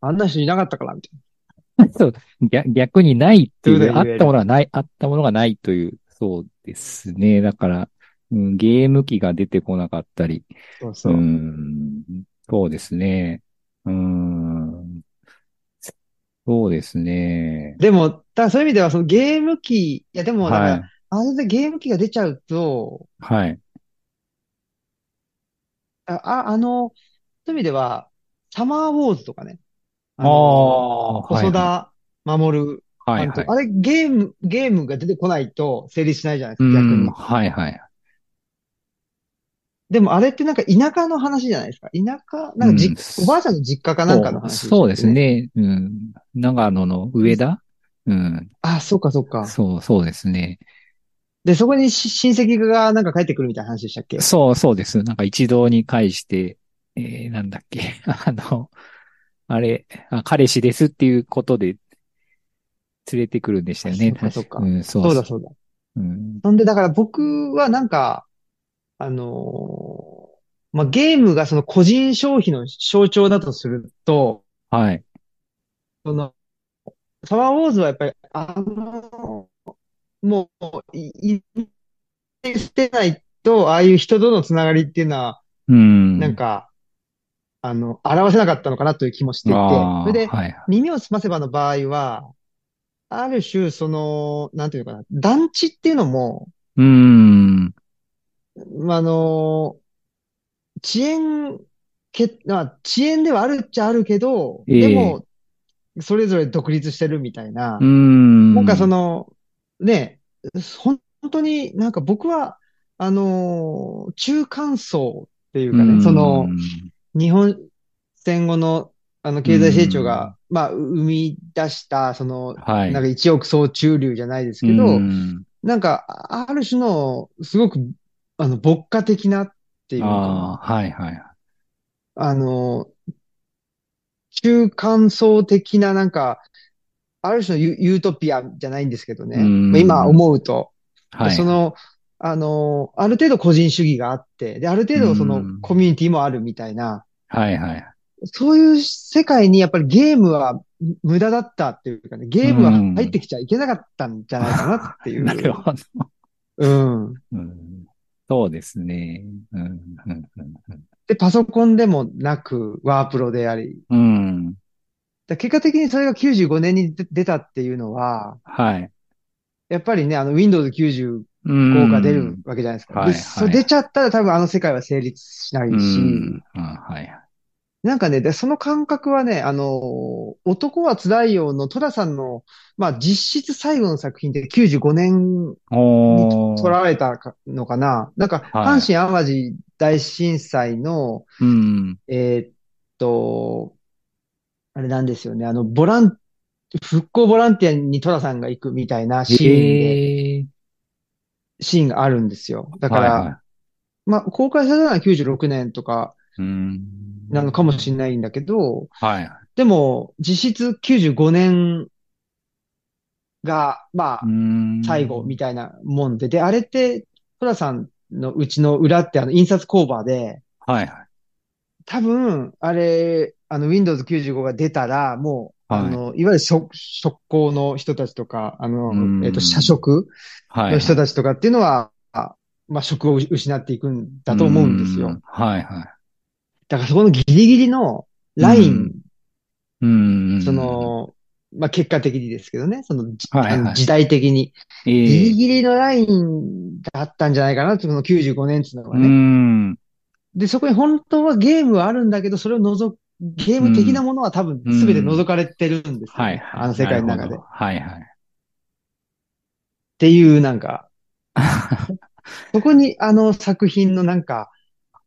Speaker 1: あんな人いなかったから、みたい
Speaker 2: ーそう逆逆にないっていう、
Speaker 1: ということ
Speaker 2: あっ
Speaker 1: で言える
Speaker 2: たものはない、あったものがないという、そうですね。だから、うん、ゲーム機が出てこなかったり、
Speaker 1: な。そうそう。
Speaker 2: ーん、そうですね。うーん。そうですね。
Speaker 1: でも、だからそういう意味では、そのゲーム機、いや、でも、だから、
Speaker 2: はい。
Speaker 1: あれでゲーム機が出ちゃうと、
Speaker 2: はい。
Speaker 1: あ、ああの、そういう意味では、サマーウォーズとかね、あ
Speaker 2: あ
Speaker 1: の、
Speaker 2: あ、はい
Speaker 1: 細田守監
Speaker 2: はいはい。
Speaker 1: 督、あれゲーム、ゲームが出てこないと成立しないじゃないで
Speaker 2: う
Speaker 1: すか、逆
Speaker 2: ん、
Speaker 1: に。
Speaker 2: はいはい。
Speaker 1: でもあれってなんか田舎の話じゃないですか。田舎、なんかじ、
Speaker 2: うん
Speaker 1: おばあちゃんの実家かなんかの話でしたっけ
Speaker 2: そうです。ね。うん。長野の上田うん。
Speaker 1: あ、そうかそうか。
Speaker 2: そう、そうですね。
Speaker 1: で、そこにし親戚がなんか帰ってくるみたいな話でしたっけ
Speaker 2: そう、そうです。なんか一堂に会して、えー、なんだっけ。 *laughs* あの、あれあ、彼氏ですっていうことで、連れてくるんでしたよね。
Speaker 1: あそうかそうか
Speaker 2: ん、そう
Speaker 1: そうだそうだ。
Speaker 2: うん。
Speaker 1: そんで、だから僕はなんか、あのーまあ、ゲームがその個人消費の象徴だとすると、
Speaker 2: はい。
Speaker 1: その、サワーウォーズはやっぱり、あの、もう、い、い捨てないと、ああいう人とのつながりっていうのは、
Speaker 2: うん。
Speaker 1: なんか、あの、表せなかったのかなという気もしていて、
Speaker 2: あー、
Speaker 1: それで、
Speaker 2: はい。
Speaker 1: 耳をすませばの場合は、ある種、その、なんていうのかな、団地っていうのも、
Speaker 2: うん。
Speaker 1: まああの、遅延、け、まあ、遅延ではあるっちゃあるけど、
Speaker 2: ええ
Speaker 1: でも、それぞれ独立してるみたいな
Speaker 2: う、ん。
Speaker 1: なんかそ、の、ね、本当になんか僕は、あのー中間層っていうかね、その、、日本戦後の、あの、経済成長が、まあ、生み出した、その、
Speaker 2: はい。
Speaker 1: なん
Speaker 2: で
Speaker 1: か一億総中流じゃないですけど、なんか、ある種の、すごく、あの、牧歌的なっていうのかな
Speaker 2: ああ、はいはい。
Speaker 1: あの、中間層的な、なんか、ある種のユ、ユートピアじゃないんですけどね。
Speaker 2: うん
Speaker 1: まあ今思うと、
Speaker 2: はい。
Speaker 1: そ、の、あの、ある程度個人主義があって、で、ある程度その
Speaker 2: うん
Speaker 1: コミュニティもあるみたいな、
Speaker 2: はいはい。
Speaker 1: そういう世界にやっぱりゲームは無駄だったっていうかね、ゲームは入ってきちゃいけなかったんじゃないかなっていう。
Speaker 2: *laughs* なるほど。
Speaker 1: うん。
Speaker 2: うんそうですね。うん、うん、うん
Speaker 1: で、パソコンでもなく、ワープロであり、
Speaker 2: うん。うん
Speaker 1: だ結果的にそれが95年に出出たっていうのは、
Speaker 2: はい。
Speaker 1: やっぱりね、あの、Windows95
Speaker 2: うん
Speaker 1: が出るわけじゃないですか。
Speaker 2: はい
Speaker 1: で、
Speaker 2: はい
Speaker 1: そう出ちゃったら多分あの世界は成立しな
Speaker 2: う
Speaker 1: いし、
Speaker 2: ん。あはい。
Speaker 1: なんかね、で、その感覚はね、あの、男は辛いよのトラさんの、まあ実質最後の作品で95年
Speaker 2: お
Speaker 1: に
Speaker 2: ー
Speaker 1: 取られたかのかな。なんか、
Speaker 2: はい
Speaker 1: 阪神淡路大震災の、
Speaker 2: うん。
Speaker 1: えーっと、あれなんですよね、あの、ボラン、復興ボランティアにトラさんが行くみたいなシーンで、
Speaker 2: え
Speaker 1: シーンがあるんですよ。だ
Speaker 2: ー
Speaker 1: から、
Speaker 2: はいは
Speaker 1: まあ、公開されたのは96年とか
Speaker 2: いうん。
Speaker 1: なのかもしれないんだけど、
Speaker 2: はい。
Speaker 1: でも、実質95年が、まあ、
Speaker 2: うん
Speaker 1: 最後みたいなもんで、で、あれって、トラさんのうちの裏ってあの、印刷工場で、
Speaker 2: はいはい。
Speaker 1: 多分、あれ、あの、Windows 95が出たら、もう、
Speaker 2: はい
Speaker 1: あの、いわゆる職、職工の人たちとか、あの
Speaker 2: うん、
Speaker 1: えっと、社食
Speaker 2: はい。
Speaker 1: の人たちとかっていうのは、あまあ、職を失っていくんだと思うんですよ。。
Speaker 2: はいはい。
Speaker 1: だからそこのギリギリのライン、
Speaker 2: うん。
Speaker 1: そ、の、まあ、結果的にですけどね、その、じ
Speaker 2: はいはい
Speaker 1: あの時代的に、
Speaker 2: え
Speaker 1: ギリ
Speaker 2: ー
Speaker 1: ギリのラインだったんじゃないかなって、その95年っていうのが
Speaker 2: う
Speaker 1: ね。
Speaker 2: ん。
Speaker 1: で、そこに本当はゲームはあるんだけど、それを除く、ゲーム的なものは多分
Speaker 2: うん
Speaker 1: 全て除かれてるんですよ
Speaker 2: は
Speaker 1: ね、
Speaker 2: いはい。
Speaker 1: あの世界の中
Speaker 2: なる
Speaker 1: で。っ
Speaker 2: ほどは
Speaker 1: *laughs*
Speaker 2: いはい。
Speaker 1: ていう、なんか、そこにあの作品のなんか、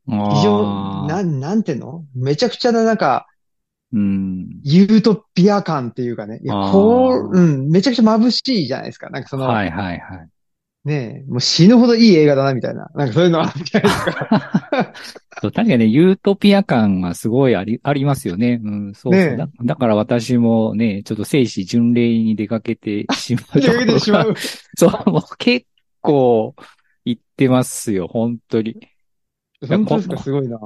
Speaker 1: 非常、
Speaker 2: あ
Speaker 1: な
Speaker 2: ー
Speaker 1: ん、なんていうのめちゃくちゃななんか、
Speaker 2: うん。
Speaker 1: ユートピア感っていうかね。いや、
Speaker 2: あー
Speaker 1: こう、うん、めちゃくちゃ眩しいじゃないですか。なんかその、
Speaker 2: はいはいはい。
Speaker 1: ねえ、もう死ぬほどいい映画だな、みたいな。なんかそういうのあるじゃない
Speaker 2: *laughs*
Speaker 1: ですか。
Speaker 2: そう確かにね、ユートピア感がすごいあり、ありますよね。うん、そうそう、
Speaker 1: ねえ
Speaker 2: だ。だから私もね、ちょっと生死巡礼に出かけてしまう。
Speaker 1: 出かけてしまう。
Speaker 2: *laughs* そう、もう結構行ってますよ、本当に。
Speaker 1: 本当ですか、
Speaker 2: こ
Speaker 1: すごいな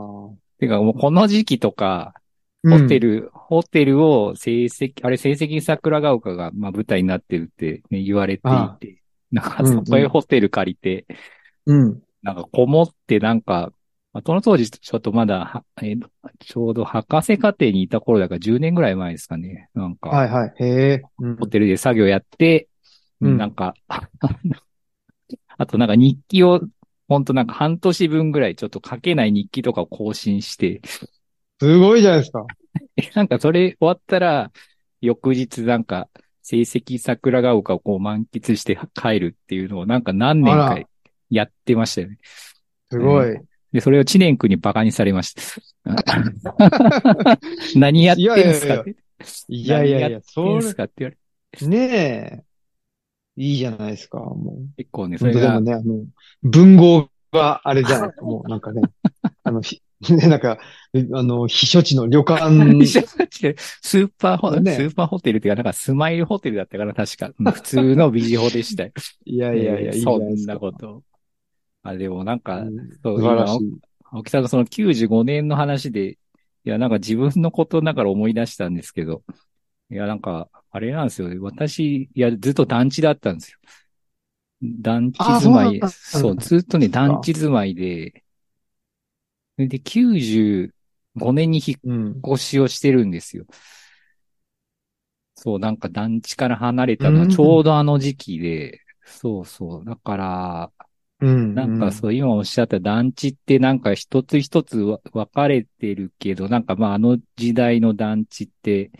Speaker 2: てかもうこの時期とか、
Speaker 1: う
Speaker 2: ホ
Speaker 1: ん
Speaker 2: テル、ホテルを成績、あれ成績桜ヶ丘が、まあ、舞台になってるって、ね、言われて
Speaker 1: あ
Speaker 2: いて、なんか
Speaker 1: うん
Speaker 2: そこへ
Speaker 1: うん
Speaker 2: ホテル借りて、
Speaker 1: うん。
Speaker 2: なんかこもってなんか、まあ、その当時ちょっとまだは、えーちょうど博士課程にいた頃だから10年ぐらい前ですかね。なんか、
Speaker 1: はいはい。へえ。うん
Speaker 2: ホテルで作業やって、
Speaker 1: うん
Speaker 2: なんか、 *laughs* あとなんか日記を、ほんとなんか半年分ぐらいちょっと書けない日記とかを更新して、 *laughs*
Speaker 1: すごいじゃないですか。
Speaker 2: えなんかそれ終わったら、翌日なんか、成績桜ヶ丘をこう満喫して帰るっていうのをなんか何年
Speaker 1: あ
Speaker 2: からやってましたよね。
Speaker 1: すごい。
Speaker 2: で、それを知念君にバカにされました。
Speaker 1: *laughs*
Speaker 2: 何やってんすかって。
Speaker 1: いやいやいや
Speaker 2: 何やってんすかって言われ
Speaker 1: ねえ。いいじゃないですか、もう。
Speaker 2: 結構ね、そ
Speaker 1: 本当
Speaker 2: れ
Speaker 1: で
Speaker 2: が
Speaker 1: も、ね、あの、文豪があれじゃないですか、
Speaker 2: *laughs*
Speaker 1: もうなんかね、あの、ひ *laughs* ね、なんか、あの、避暑地の旅館、
Speaker 2: *laughs* スーパーホテル、
Speaker 1: ね
Speaker 2: *laughs* スーパーホテルっていうか、なんかスマイルホテルだったから確か、うん普通のビジホでしたよ。
Speaker 1: *laughs* いやいやいや、いいじゃ
Speaker 2: そ
Speaker 1: ない
Speaker 2: ん
Speaker 1: ですか。
Speaker 2: なこと。あ、でもなんか
Speaker 1: う、ん
Speaker 2: そう
Speaker 1: 素晴らしい。
Speaker 2: 青木さんのその95年の話で、いや、なんか自分のことだから思い出したんですけど、いや、なんか、あれなんですよ。私、いや、ずっと団地だったんですよ。団地住まい
Speaker 1: あ。そう
Speaker 2: そ
Speaker 1: なんだ
Speaker 2: う、ずっとね、団地住まいで、それで、95年に引
Speaker 1: うん。
Speaker 2: っ越しをしてるんですよ。そう、なんか団地から離れたのはちょうどあの時期で、そうそう。だから、
Speaker 1: うん。
Speaker 2: なんかそう、今おっしゃった団地ってなんか一つ一つわ分かれてるけど、なんかまああの時代の団地って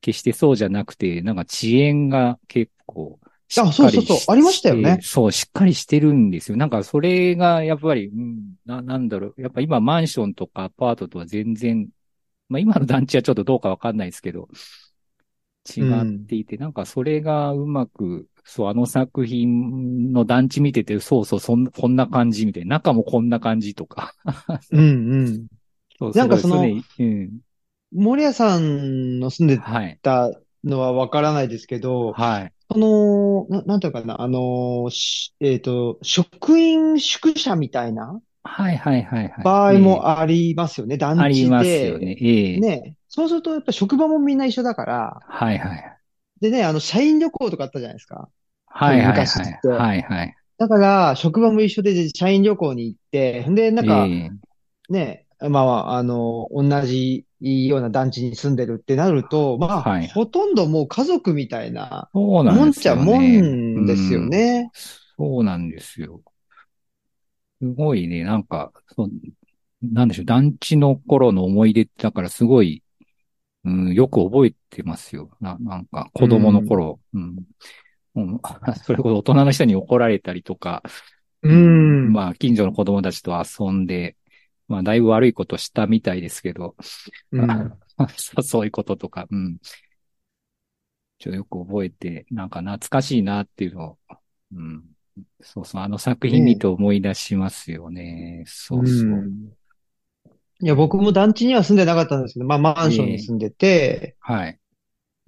Speaker 2: 決してそうじゃなくて、なんか遅延が結構しっかり
Speaker 1: そうそうそう
Speaker 2: して
Speaker 1: ありましたよね
Speaker 2: そう、しっかりしてるんですよ。なんかそれがやっぱり、うん、な、なんだろう。やっぱ今マンションとかアパートとは全然、まあ今の団地はちょっとどうかわかんないですけど、違っていて、なんかそれがうまく、そう、あの作品の団地見てて、そうそう、そんこんな感じみたいな、中もこんな感じとか。
Speaker 1: うんうん。
Speaker 2: そう
Speaker 1: なんか *laughs* その
Speaker 2: れうん。
Speaker 1: 森谷さんの住んで
Speaker 2: はい。
Speaker 1: たのはわからないですけど、
Speaker 2: はい。
Speaker 1: その、な、なんていうのかな、あの、しえっと、職員宿舎みたいな
Speaker 2: はいはいはいはい。
Speaker 1: 場合
Speaker 2: え
Speaker 1: もありますよね、
Speaker 2: え
Speaker 1: 団
Speaker 2: あり
Speaker 1: 地
Speaker 2: ます
Speaker 1: で。
Speaker 2: よね。ええ
Speaker 1: ね。そうすると、やっぱ職場もみんな一緒だから、
Speaker 2: はいはい。
Speaker 1: でね、あの、社員旅行とかあったじゃないですか。
Speaker 2: はいはい
Speaker 1: 昔っ
Speaker 2: は
Speaker 1: て
Speaker 2: い。はいはい。
Speaker 1: だから、職場も一緒で、社員旅行に行って、んで、なんか、
Speaker 2: ええ
Speaker 1: ね、まあ、あの、同じような団地に住んでるってなると、まあ、
Speaker 2: はい
Speaker 1: ほとんどもう家族みたいな、
Speaker 2: そうな
Speaker 1: も
Speaker 2: ん
Speaker 1: ん
Speaker 2: です
Speaker 1: ちゃ
Speaker 2: よね。
Speaker 1: もんですよ
Speaker 2: うん
Speaker 1: ね。
Speaker 2: そうなんですよ。すごいね、なんか、そう、なんでしょう、団地の頃の思い出って、だからすごい、うん、よく覚えてますよ。な、なんか、子供の頃、うん。うん、 *laughs* それこそ大人の人に怒られたりとか、
Speaker 1: うん。
Speaker 2: まあ、近所の子供たちと遊んで、まあ、だいぶ悪いことしたみたいですけど、
Speaker 1: うん
Speaker 2: そう *laughs* そういうこととか、うん。ちょっとよく覚えて、なんか懐かしいなっていうのを、うん。そうそう、あの作品見て思い出しますよね。そうそう。
Speaker 1: んいや、僕も団地には住んでなかったんですけど、まあ、マンションに住んでて、
Speaker 2: はい。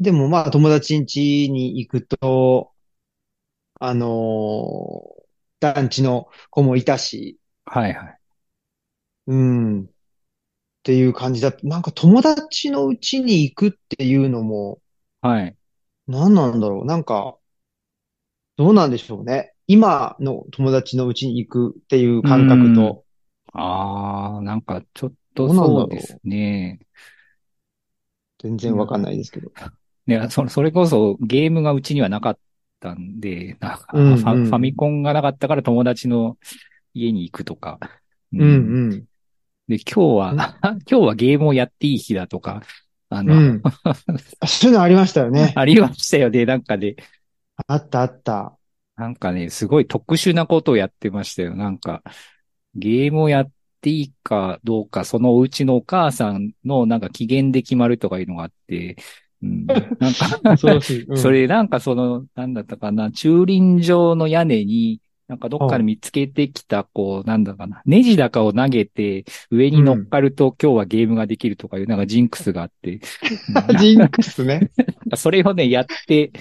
Speaker 1: でもまあ、友達ん家に行くと、あのー団地の子もいたし、
Speaker 2: はいはい。
Speaker 1: うん。っていう感じだ。なんか友達の家に行くっていうのも、
Speaker 2: はい。
Speaker 1: 何なんだろう。なんか、どうなんでしょうね。今の友達の家に行くっていう感覚と。
Speaker 2: あー、なんかちょっと
Speaker 1: どうなんだ
Speaker 2: そ
Speaker 1: ろ
Speaker 2: う
Speaker 1: う
Speaker 2: ですね。
Speaker 1: 全然わかんないですけど。
Speaker 2: ね、そそれこそゲームがうちにはなかったんで、なんか
Speaker 1: うんうん
Speaker 2: ファファミコンがなかったから友達の家に行くとか。
Speaker 1: うんうん。
Speaker 2: で、今日は、 *laughs* 今日はゲームをやっていい日だとか、あ
Speaker 1: う
Speaker 2: の、
Speaker 1: *laughs* ん。あそういうのありましたよね。
Speaker 2: *laughs* ありましたよね。なんかね、
Speaker 1: あったあった。
Speaker 2: なんかね、すごい特殊なことをやってましたよ。なんか、ゲームをやっていいかどうか、そのお家のお母さんのなんか機嫌で決まるとかいうのがあって、
Speaker 1: *laughs*
Speaker 2: うん、なんか、
Speaker 1: 恐ろしい。うん
Speaker 2: それなんかその、なんだったかな、駐輪場の屋根に、なんかどっかで見つけてきた、こう、なんだかな、ネジだかを投げて、上に乗っかると今日はゲームができるとかいう、なんかジンクスが
Speaker 1: *laughs*
Speaker 2: あって、うん
Speaker 1: ジンクスね。
Speaker 2: それをね、やって、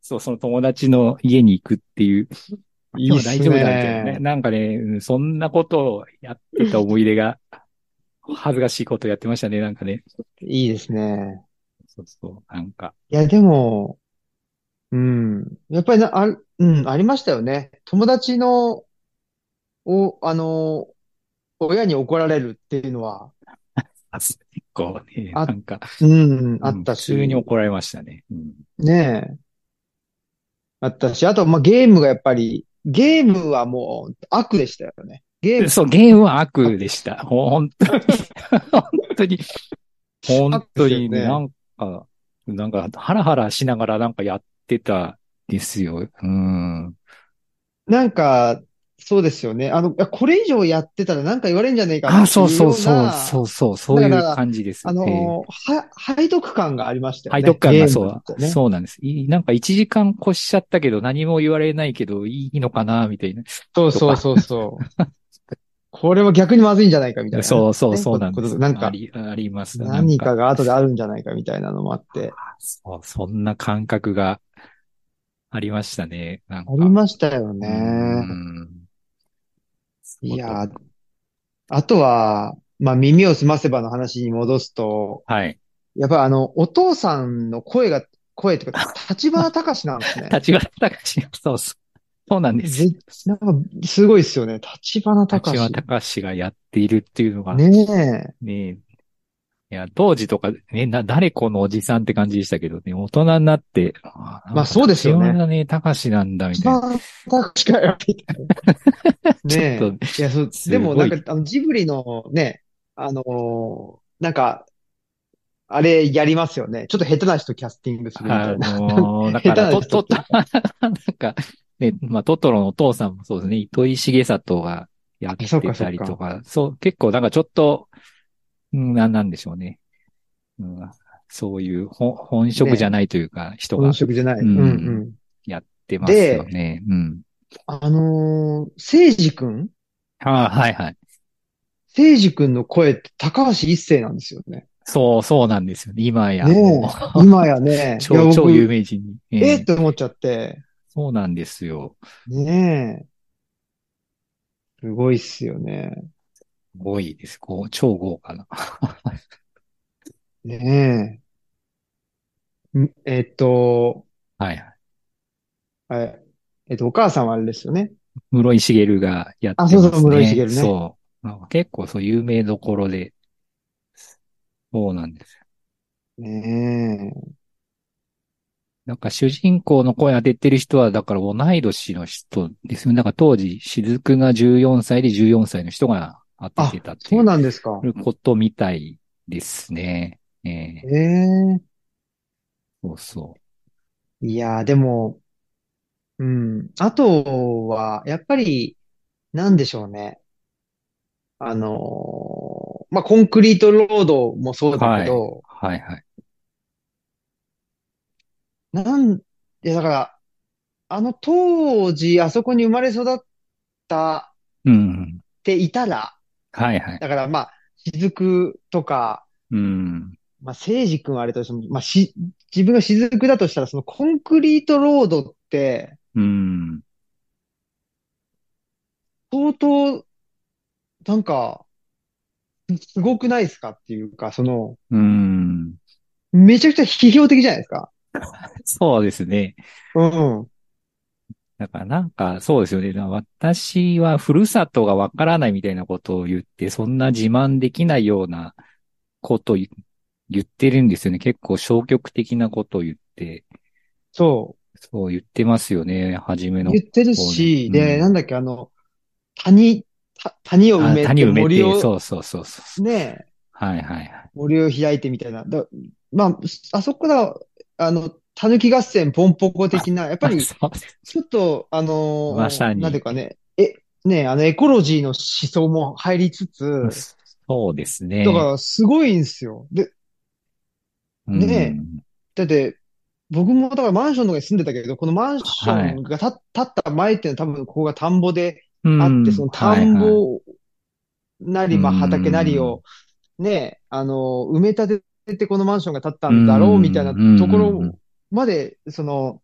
Speaker 2: そう、その友達の家に行くっていう、
Speaker 1: いいっ
Speaker 2: 今日
Speaker 1: す
Speaker 2: は大丈夫だみたいなね。
Speaker 1: ね。
Speaker 2: なんかね、うんそんなことをやってた思い出が、恥ずかしいことやってましたね、なんかね。
Speaker 1: いいですね。
Speaker 2: そうそう、なんか。
Speaker 1: いや、でも、うん。やっぱりな、あ、うん、ありましたよね。友達の、お、あの、親に怒られるっていうのは、
Speaker 2: あ結構ね、な
Speaker 1: あ
Speaker 2: んか、
Speaker 1: うん、あったし、
Speaker 2: うん普通に怒られましたね。うん
Speaker 1: ねえ。あったし、あと、まあ、ゲームがやっぱり、ゲームはもう悪でしたよね。ゲーム、
Speaker 2: そう、ゲームは悪でした。ほ本当に。本当に。 *laughs* 本当に、
Speaker 1: 悪ですよね
Speaker 2: なんか、なんか、ハラハラしながらなんかやってたですよ。うん。
Speaker 1: なんか、そうですよね。あの、いやこれ以上やってたらなんか言われんじゃねえかってい
Speaker 2: ああ、そうそうそう
Speaker 1: よ
Speaker 2: う、
Speaker 1: な
Speaker 2: そうそう、そういう
Speaker 1: だから
Speaker 2: 感じです。
Speaker 1: あ
Speaker 2: ええ
Speaker 1: のー、は、背徳感がありましたよね。
Speaker 2: 背徳感
Speaker 1: ゲー
Speaker 2: が
Speaker 1: ム
Speaker 2: そ
Speaker 1: だと
Speaker 2: う、
Speaker 1: ね。
Speaker 2: そうなんです。いいなんか1時間越しちゃったけど何も言われないけどいいのかな、みたいな。
Speaker 1: そうそうそうそう。
Speaker 2: *laughs*
Speaker 1: これは逆にまずいんじゃないかみたいな。
Speaker 2: そうそう、そうなん
Speaker 1: こ
Speaker 2: です。
Speaker 1: となん
Speaker 2: あ
Speaker 1: か、
Speaker 2: り、あります。なん
Speaker 1: 何かが後であるんじゃないかみたいなのもあって。
Speaker 2: そう、そんな感覚がありましたね。なんか。
Speaker 1: ありましたよ
Speaker 2: う
Speaker 1: ね。
Speaker 2: ん
Speaker 1: いやー、あとは、まあ、耳を澄ませばの話に戻すと、
Speaker 2: はい。
Speaker 1: やっぱあの、お父さんの声が、声というか、立花隆なんですね。
Speaker 2: *laughs* 立花隆、そうそう。そうなんです。
Speaker 1: ぜなんか、すごいですよね。立花
Speaker 2: 立花
Speaker 1: 隆。
Speaker 2: 隆がやっているっていうのがね、
Speaker 1: ね
Speaker 2: いや、当時とか、ね、な、誰このおじさんって感じでしたけどね、大人になって、あ
Speaker 1: まあそうですよね
Speaker 2: 立花ね、隆なんだ、
Speaker 1: え。
Speaker 2: み
Speaker 1: 立
Speaker 2: たいな。
Speaker 1: 花隆がやっていた。ねえ。
Speaker 2: *laughs* ちょっ
Speaker 1: いや、そう、
Speaker 2: すごい
Speaker 1: でもなんか、あの、ジブリのね、あのーなんか、あれやりますよね。ちょっと下手な人キャスティングする
Speaker 2: と、
Speaker 1: みた
Speaker 2: あ
Speaker 1: いな。
Speaker 2: のーだか
Speaker 1: *laughs* 下
Speaker 2: ら、
Speaker 1: 手な
Speaker 2: と、
Speaker 1: 人
Speaker 2: と、なんか、ね、まあ、トトロのお父さんもそうですね、糸井重里がやって
Speaker 1: そうかそ
Speaker 2: た
Speaker 1: う
Speaker 2: り
Speaker 1: か
Speaker 2: とか、そう、結構なんかちょっと、うんなんなんでしょうね。うん、そういう本、本職じゃないというか、人が
Speaker 1: 本職じゃない。
Speaker 2: うん
Speaker 1: うんうん。
Speaker 2: やってますよね。うん。
Speaker 1: あのー、聖司くん
Speaker 2: ああ、はいはい。
Speaker 1: 聖司くんの声って高橋一生なんですよね。
Speaker 2: そう、そうなんですよね。今や、
Speaker 1: ねえ
Speaker 2: も
Speaker 1: 今やね
Speaker 2: う、。
Speaker 1: いや
Speaker 2: *laughs* 超、
Speaker 1: 僕
Speaker 2: 超有名人に。え
Speaker 1: え
Speaker 2: え
Speaker 1: ーって思っちゃって。
Speaker 2: そうなんですよ。
Speaker 1: ねえ。すごいっすよね。
Speaker 2: すごいです。こう、超豪華な。
Speaker 1: ねえ。んえっと、
Speaker 2: はいはい。
Speaker 1: あれえっと、お母さんはあれですよね。
Speaker 2: 室井茂がやってま
Speaker 1: あ
Speaker 2: すね。
Speaker 1: そうそう室井茂ね
Speaker 2: そう。なんか結構そう、有名どころで。そうなんですよ。
Speaker 1: ねえ。
Speaker 2: なんか主人公の声当ててる人は、だから同い年の人ですよね。なんか当時、雫が14歳で14歳の人が当
Speaker 1: あ
Speaker 2: ててたってい
Speaker 1: そう
Speaker 2: う
Speaker 1: なんですか。
Speaker 2: ことみたいですね。ええ
Speaker 1: ええ。
Speaker 2: そうそう。
Speaker 1: いやー、でも、うん。あとは、やっぱり、なんでしょうね。あのーまあ、コンクリートロードもそうだけど、
Speaker 2: はいはい。
Speaker 1: なん、いや、だから、あの当時、あそこに生まれ育った
Speaker 2: うん。
Speaker 1: っていたら、
Speaker 2: はいはい。
Speaker 1: だからまあ、雫とか、
Speaker 2: うん。
Speaker 1: まあ、聖司君はあれとしても、まあ、し、自分が雫だとしたら、そのコンクリートロードって、
Speaker 2: うん。
Speaker 1: 相当、なんか、すごくないですかっていうか、その、
Speaker 2: うん。
Speaker 1: めちゃくちゃ批評的じゃないですか。
Speaker 2: そうですね。
Speaker 1: うん。
Speaker 2: だからなんか、そうですよね。だから私はふるさとがわからないみたいなことを言って、そんな自慢できないようなことを言言ってるんですよね。結構消極的なことを言って、
Speaker 1: そ
Speaker 2: そう言ってますよね。初め
Speaker 1: う。
Speaker 2: の。
Speaker 1: 言ってるし、
Speaker 2: うん
Speaker 1: で、なんだっけ、あの、谷、た谷を埋
Speaker 2: あ
Speaker 1: め
Speaker 2: 谷
Speaker 1: て
Speaker 2: 埋め
Speaker 1: 森
Speaker 2: て、
Speaker 1: を、
Speaker 2: そうそうそうそう。
Speaker 1: ねえ、
Speaker 2: はいはいはい。
Speaker 1: 森を開いてみたいな。だ、まあ、あそこだ、あの、狸合戦ポンポコ的な、やっぱり、
Speaker 2: *laughs* そうです
Speaker 1: ちょっと、あのー
Speaker 2: まさに
Speaker 1: なんていうかね、え、ね、あの、エコロジーの思想も入りつつ、
Speaker 2: そうですね。
Speaker 1: だから、すごいんですよ。で、ね
Speaker 2: うん
Speaker 1: だって、僕もだからマンションの中に住んでたけど、このマンションがた立った前っていうのは多分ここが田んぼであって、その田んぼなり、まあ
Speaker 2: うん
Speaker 1: 畑なりを、ね、あの、埋め立ててこのマンションが建ったんだろうみたいなとこ
Speaker 2: うんうんうん
Speaker 1: ろまで、その、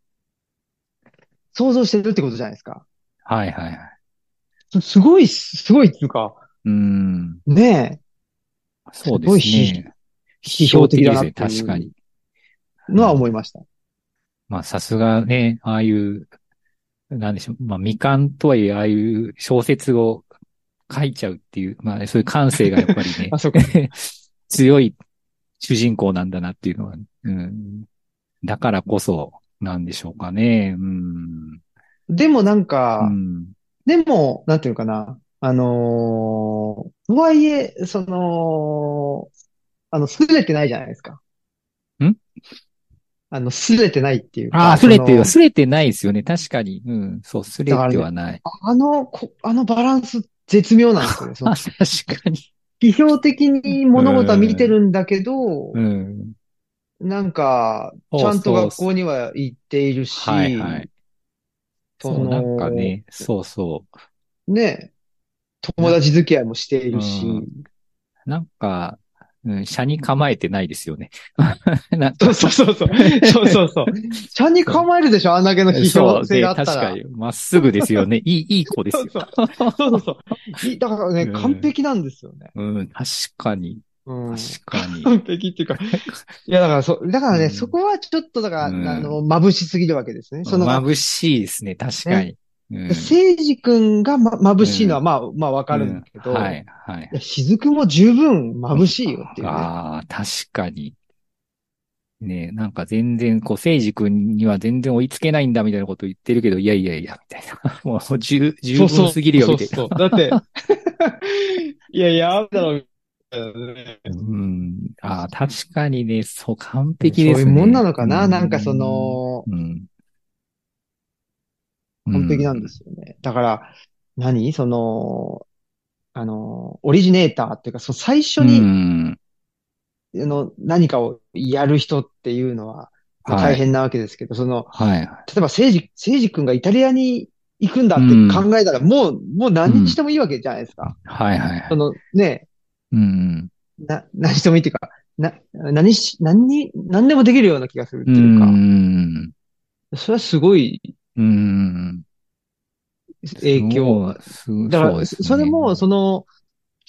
Speaker 1: 想像してるってことじゃないですか。
Speaker 2: はいはいはい。
Speaker 1: すごい、すごいっていうか、
Speaker 2: うん。
Speaker 1: ね
Speaker 2: そうです
Speaker 1: ごい
Speaker 2: ね。
Speaker 1: 批評的だな
Speaker 2: 批
Speaker 1: っ
Speaker 2: 評
Speaker 1: ていう
Speaker 2: ですね確かに。
Speaker 1: え、のは思いました。
Speaker 2: まあさすがね、ああいう、なんでしょう。まあ未完とはいえ、ああいう小説を書いちゃうっていう、まあそういう感性がやっぱりね
Speaker 1: あ、、そうか。
Speaker 2: 強い主人公なんだなっていうのは、うん。だからこそ、なんでしょうかね。うん。
Speaker 1: でもなん
Speaker 2: う
Speaker 1: か、
Speaker 2: ん。
Speaker 1: でも、なんていうかな、あのーとはいえ、その、あの、優れてないじゃないですか。
Speaker 2: ん
Speaker 1: あの、すれてないっていうか。
Speaker 2: ああ、すれて
Speaker 1: その
Speaker 2: る。すれてないですよね。確かに。うん。そう、すれてはない。
Speaker 1: あの、こあのバランス絶妙なんですよね。そ
Speaker 2: あ、
Speaker 1: の
Speaker 2: 確かに。
Speaker 1: 批評的に物事は見てるんだけど
Speaker 2: う、ん。
Speaker 1: なんか、
Speaker 2: そう
Speaker 1: ちゃんと
Speaker 2: そう
Speaker 1: 学校には行っているし、
Speaker 2: はいはい。
Speaker 1: そ
Speaker 2: そう、
Speaker 1: の
Speaker 2: なんかね、そうそ
Speaker 1: ね、友達付き合いもしている
Speaker 2: う
Speaker 1: し
Speaker 2: ん、う。なんか、うん、車に構えてないですよね。 *laughs* なんか
Speaker 1: そうそうそうそう。そうそうそう。ちゃんに構えるでしょあんだけの批
Speaker 2: そ
Speaker 1: 評
Speaker 2: う
Speaker 1: 性
Speaker 2: で、
Speaker 1: があった
Speaker 2: 確
Speaker 1: ら。
Speaker 2: かに、まっすぐですよね。いい、いい子ですよ。
Speaker 1: そうそうそうそう。いだからね、
Speaker 2: うん
Speaker 1: 完璧なんですよね。
Speaker 2: うん、確かに、
Speaker 1: うん。
Speaker 2: 確かに。
Speaker 1: 完璧っていうか。いや、だからそ、だからね、
Speaker 2: うん
Speaker 1: そこはちょっと、だから、
Speaker 2: うん
Speaker 1: あの、眩しすぎるわけですね。 *laughs* その、
Speaker 2: 眩しいですね、確かに。うん
Speaker 1: 聖司君が、ま、眩しいのは、
Speaker 2: う
Speaker 1: まあ、まあ、わかるんだけど、
Speaker 2: うはい、はい
Speaker 1: い。や雫も十分眩しいよっていうね。
Speaker 2: ああ、確かに。ねえ、なんか全然、こう、聖司君には全然追いつけないんだみたいなこと言ってるけど、いやいやいや、みたいな。 *laughs* もう、十、十
Speaker 1: そうそう
Speaker 2: 分すぎるよ、みたい
Speaker 1: そ
Speaker 2: な
Speaker 1: う。そうだって、 *laughs* いやいや、あんだろう。
Speaker 2: うん。ああ、確かにね、そう、完璧ですね。
Speaker 1: そういうもんなのかな、
Speaker 2: う
Speaker 1: なんかそ、の、
Speaker 2: うん。
Speaker 1: 完璧なんですよね。だから、何その、あの、オリジネーターっていうか、その最初
Speaker 2: うん。う
Speaker 1: に、
Speaker 2: ん。
Speaker 1: あの何かをやる人っていうのは、まあ
Speaker 2: はい
Speaker 1: 大変なわけですけど、その、
Speaker 2: はい。
Speaker 1: 例えば、聖治、聖治君がイタリアに行くんだって考えたら、もう、もう何にしてもいいわけじゃないですか。
Speaker 2: はいはい
Speaker 1: そ。の、ね、
Speaker 2: うん。
Speaker 1: な、何してもいいっていうか、な、何し、何に、何でもできるような気がするって
Speaker 2: う
Speaker 1: いうか、
Speaker 2: ん。
Speaker 1: それはすごい
Speaker 2: うん。
Speaker 1: 影響。
Speaker 2: そう。
Speaker 1: だから、
Speaker 2: そうです
Speaker 1: そ
Speaker 2: ね
Speaker 1: れも、その、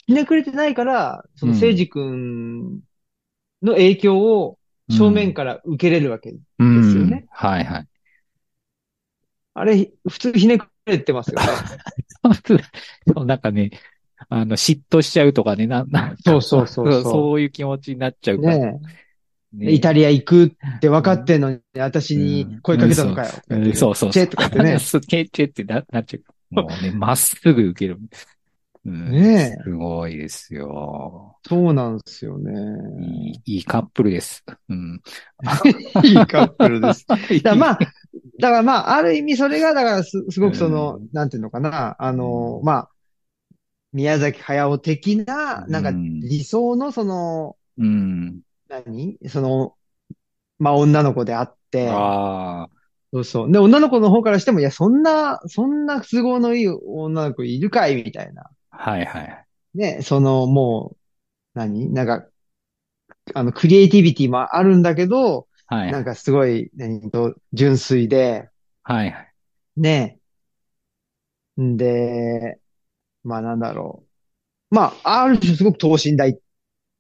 Speaker 1: ひねくれてないから、その、
Speaker 2: うん
Speaker 1: 聖治君の影響を正面から受けれるわけ。
Speaker 2: うん
Speaker 1: ですよね
Speaker 2: うんはいはい。
Speaker 1: あれ、普通ひねくれてますよ
Speaker 2: *laughs*
Speaker 1: ね。
Speaker 2: そうなんかね、あの、嫉妬しちゃうとかね、な、な、
Speaker 1: そうそうそう *laughs* そう
Speaker 2: *laughs* そういう気持ちになっちゃうから。
Speaker 1: ね
Speaker 2: ね
Speaker 1: イタリア行くって分かってんのに、私に声かけたのかよ。
Speaker 2: うんそう *laughs* そうそう。
Speaker 1: チェとかってね
Speaker 2: スケチェってな、なっちゃう。もうね、まっすぐ受ける。うん
Speaker 1: ね
Speaker 2: すごいですよ。
Speaker 1: そうなんですよ
Speaker 2: い
Speaker 1: ね。
Speaker 2: い、いいカップルです。うん。
Speaker 1: *laughs* い *laughs* いカップルです。だからま
Speaker 2: あ、
Speaker 1: あ、だからまあ、ある意味それが、だからす、すごくその、
Speaker 2: うん
Speaker 1: なんていうのかな、あの、まあ、宮崎駿的な、なんか
Speaker 2: うん
Speaker 1: 理想のその、
Speaker 2: うん。
Speaker 1: 何その、まあ女の子であって、
Speaker 2: ああ、
Speaker 1: そうそう。で、女の子の方からしても、いや、そんな、そんな都合のいい女の子いるかいみたいな。
Speaker 2: はいはい。
Speaker 1: ね、その、もう、何なんか、あの、クリエイティビティもあるんだけど、
Speaker 2: はい
Speaker 1: な
Speaker 2: は
Speaker 1: ん
Speaker 2: い。
Speaker 1: かすごい、何と、純粋で、
Speaker 2: はいはい。
Speaker 1: ねえ。んで、まあなんだろう。まあ、ある種すごく等身大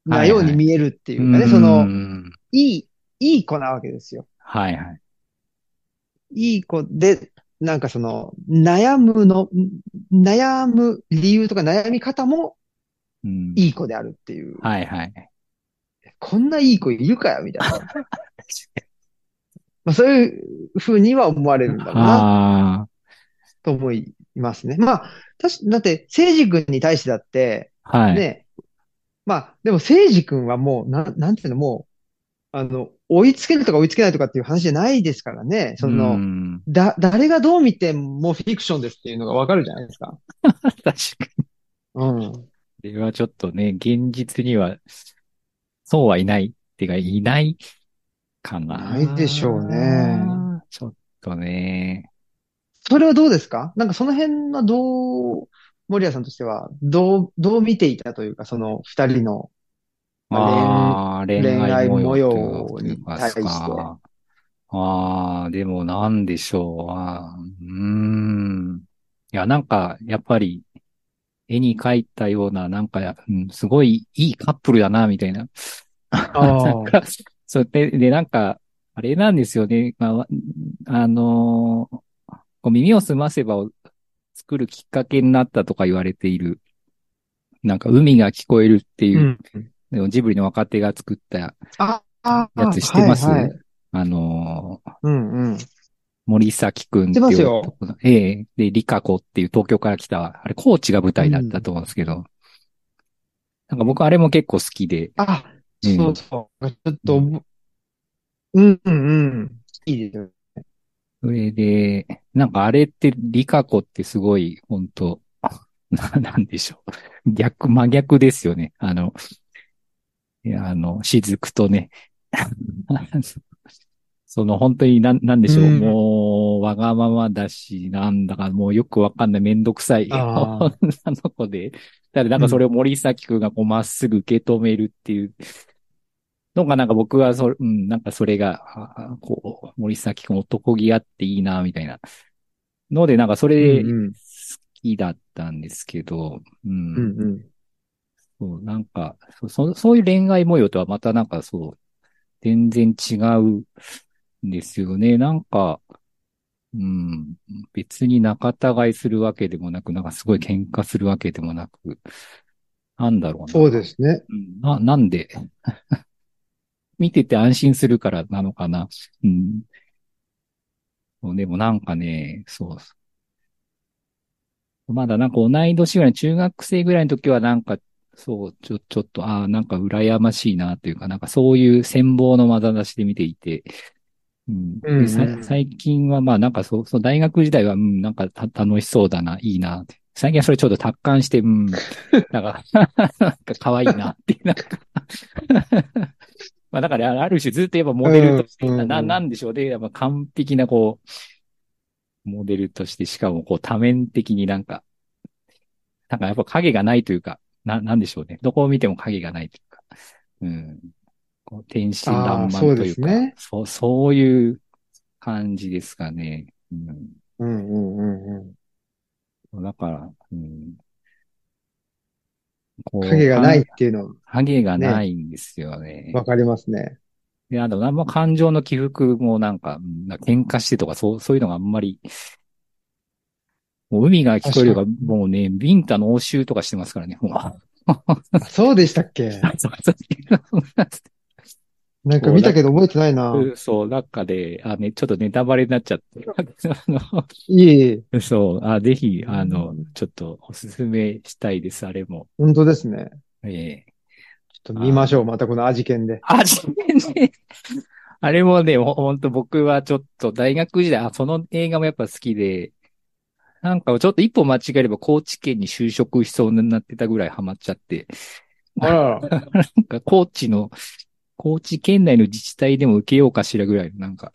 Speaker 1: なように見えるっていうかね、その、
Speaker 2: の、
Speaker 1: いい、いい子なわけですよ。
Speaker 2: はいはい。
Speaker 1: いい子で、なんかその、悩むの、悩む理由とか悩み方も
Speaker 2: うん
Speaker 1: いい子であるっていう。
Speaker 2: はいはい。
Speaker 1: こんないい子いるかよ、み *laughs* たいな。まあそういうふうには思われるんだろうな、
Speaker 2: あ
Speaker 1: と思いますね。まあ、たし、だって、聖治君に対してだって、
Speaker 2: あ、はい。
Speaker 1: ね、まあ、でも、聖治君はもう、なん、なんていうの、もう、あの、追いつけるとか追いつけないとかっていう話じゃないですからね。その、
Speaker 2: う
Speaker 1: *laughs*
Speaker 2: ん
Speaker 1: だ、誰がどう見てもフィクションですっていうのがわかるじゃないですか。
Speaker 2: 確か
Speaker 1: うん。
Speaker 2: に。これはちょっとね、現実には、そうはいない。ってか、いないかな。
Speaker 1: ないでしょうね。
Speaker 2: ちょっとね。
Speaker 1: それはどうですかなんかその辺はどう、森谷さんとしては、どう、どう見ていたというか、その二人の、
Speaker 2: ああ、恋
Speaker 1: 恋
Speaker 2: 愛
Speaker 1: 愛
Speaker 2: 模
Speaker 1: 模様
Speaker 2: 様というか
Speaker 1: に対して
Speaker 2: ああー、でもなんでしょう。あーうーん。いや、なんか、やっぱり、絵に描いたような、なんか、うん、すごいいいカップルだな、みたいな。
Speaker 1: あ
Speaker 2: *laughs* なんか、そうで、で、なんか、あれなんですよね。まあわ、あのーこう耳をすませばを作るきっかけになったとか言われている。なんか、海が聞こえるっていうう、
Speaker 1: ん。
Speaker 2: ジブリの若手が作った
Speaker 1: あ、あ、
Speaker 2: やつ知ってます
Speaker 1: はいはい
Speaker 2: あのー
Speaker 1: うんうん。
Speaker 2: 森崎くんっ
Speaker 1: 知って
Speaker 2: て
Speaker 1: ます
Speaker 2: いう
Speaker 1: よ
Speaker 2: 男の。ええで、リカ子っていう東京から来た、あれ、高知が舞台だったと思うんですけど。なんか僕あれも結構好きで。
Speaker 1: あ、そうそう。ちょっと、うんうん。いいですよ。
Speaker 2: それで、なんかあれって、リカコってすごい、本当 *laughs* な、なんでしょう。逆、真逆ですよね。あの、いやあの、雫とね、 *laughs* その本当になん、なんでしょう。
Speaker 1: うん
Speaker 2: もう、わがままだし、なんだかもうよくわかんない、めんどくさい
Speaker 1: あ
Speaker 2: *laughs* 女
Speaker 1: ー
Speaker 2: の子で。だからなんかそれを森崎くんがこうまっすぐ受け止めるっていうのがなんか僕はそれ、うん、なんかそれが、ああこう、森崎くん男気あっていいな、みたいな。ので、なんかそれ
Speaker 1: う
Speaker 2: 好
Speaker 1: ん
Speaker 2: きだったんですけど、うん
Speaker 1: うん。うんうん。
Speaker 2: そう、なんかそそ、そういう恋愛模様とはまたなんかそう、全然違うんですよね。なんか、うん、別に仲違いするわけでもなく、なんかすごい喧嘩するわけでもなく、なんだろうな。
Speaker 1: そうですね。
Speaker 2: うんな、なんで *laughs* 見てて安心するからなのかな。うん。そうでもなんかね、そう。まだなんか同い年ぐらい、中学生ぐらいの時はなんか、そう、ちょ、ちょっと、ああ、なんか羨ましいなというか、なんかそういう羨望の眼差しで見ていて、うん。で
Speaker 1: うん
Speaker 2: さ
Speaker 1: うん
Speaker 2: 最近はまあなんかそう、そう、大学時代は、うん、なんかた楽しそうだな、いいなって。最近はそれちょっと達観して、うん、なんか、なんか可愛いなって、なんか。 *laughs* まあだから、ある種ずっとやっぱモデルとして、
Speaker 1: うんうん
Speaker 2: な、なんでしょうね。やっぱ完璧なこう、モデルとして、しかもこう多面的になんか、なんかやっぱ影がないというか、な、なんでしょうね。どこを見ても影がないというか。うん。こう天真爛
Speaker 1: あー
Speaker 2: 漫というか、
Speaker 1: そうですね
Speaker 2: そう、そういう感じですかね。うん。
Speaker 1: うんうんうんうん。
Speaker 2: だから、うん。こう
Speaker 1: 影がないっ。ていうのは
Speaker 2: 影がないんですよね。
Speaker 1: わかりますね。
Speaker 2: で、あと、あんま感情の起伏もなんか、うんなんか喧嘩してとか、そう、そういうのがあんまり、もう海が聞こえるが、もうね、ビンタの応酬とかしてますからね、もう。
Speaker 1: あそうでしたっけなんか見たけど覚えてないな。
Speaker 2: そう、なんかで、あ、ね、ちょっとネタバレになっちゃって。 *laughs* あの
Speaker 1: いえいえ、
Speaker 2: そう、あ、ぜひ、あの
Speaker 1: う、
Speaker 2: ちょっとおすすめしたいです、あれも。
Speaker 1: 本当ですね。
Speaker 2: ええ
Speaker 1: ちょっと見ましょう。またこの味見で。
Speaker 2: あ、全然。 *laughs* あれもね、ほほんと僕はちょっと大学時代、あ、その映画もやっぱ好きで、なんかちょっと一歩間違えれば高知県に就職しそうになってたぐらいハマっちゃって、
Speaker 1: あらら。
Speaker 2: なんか高知の、高知県内の自治体でも受けようかしらぐらいの、なんか、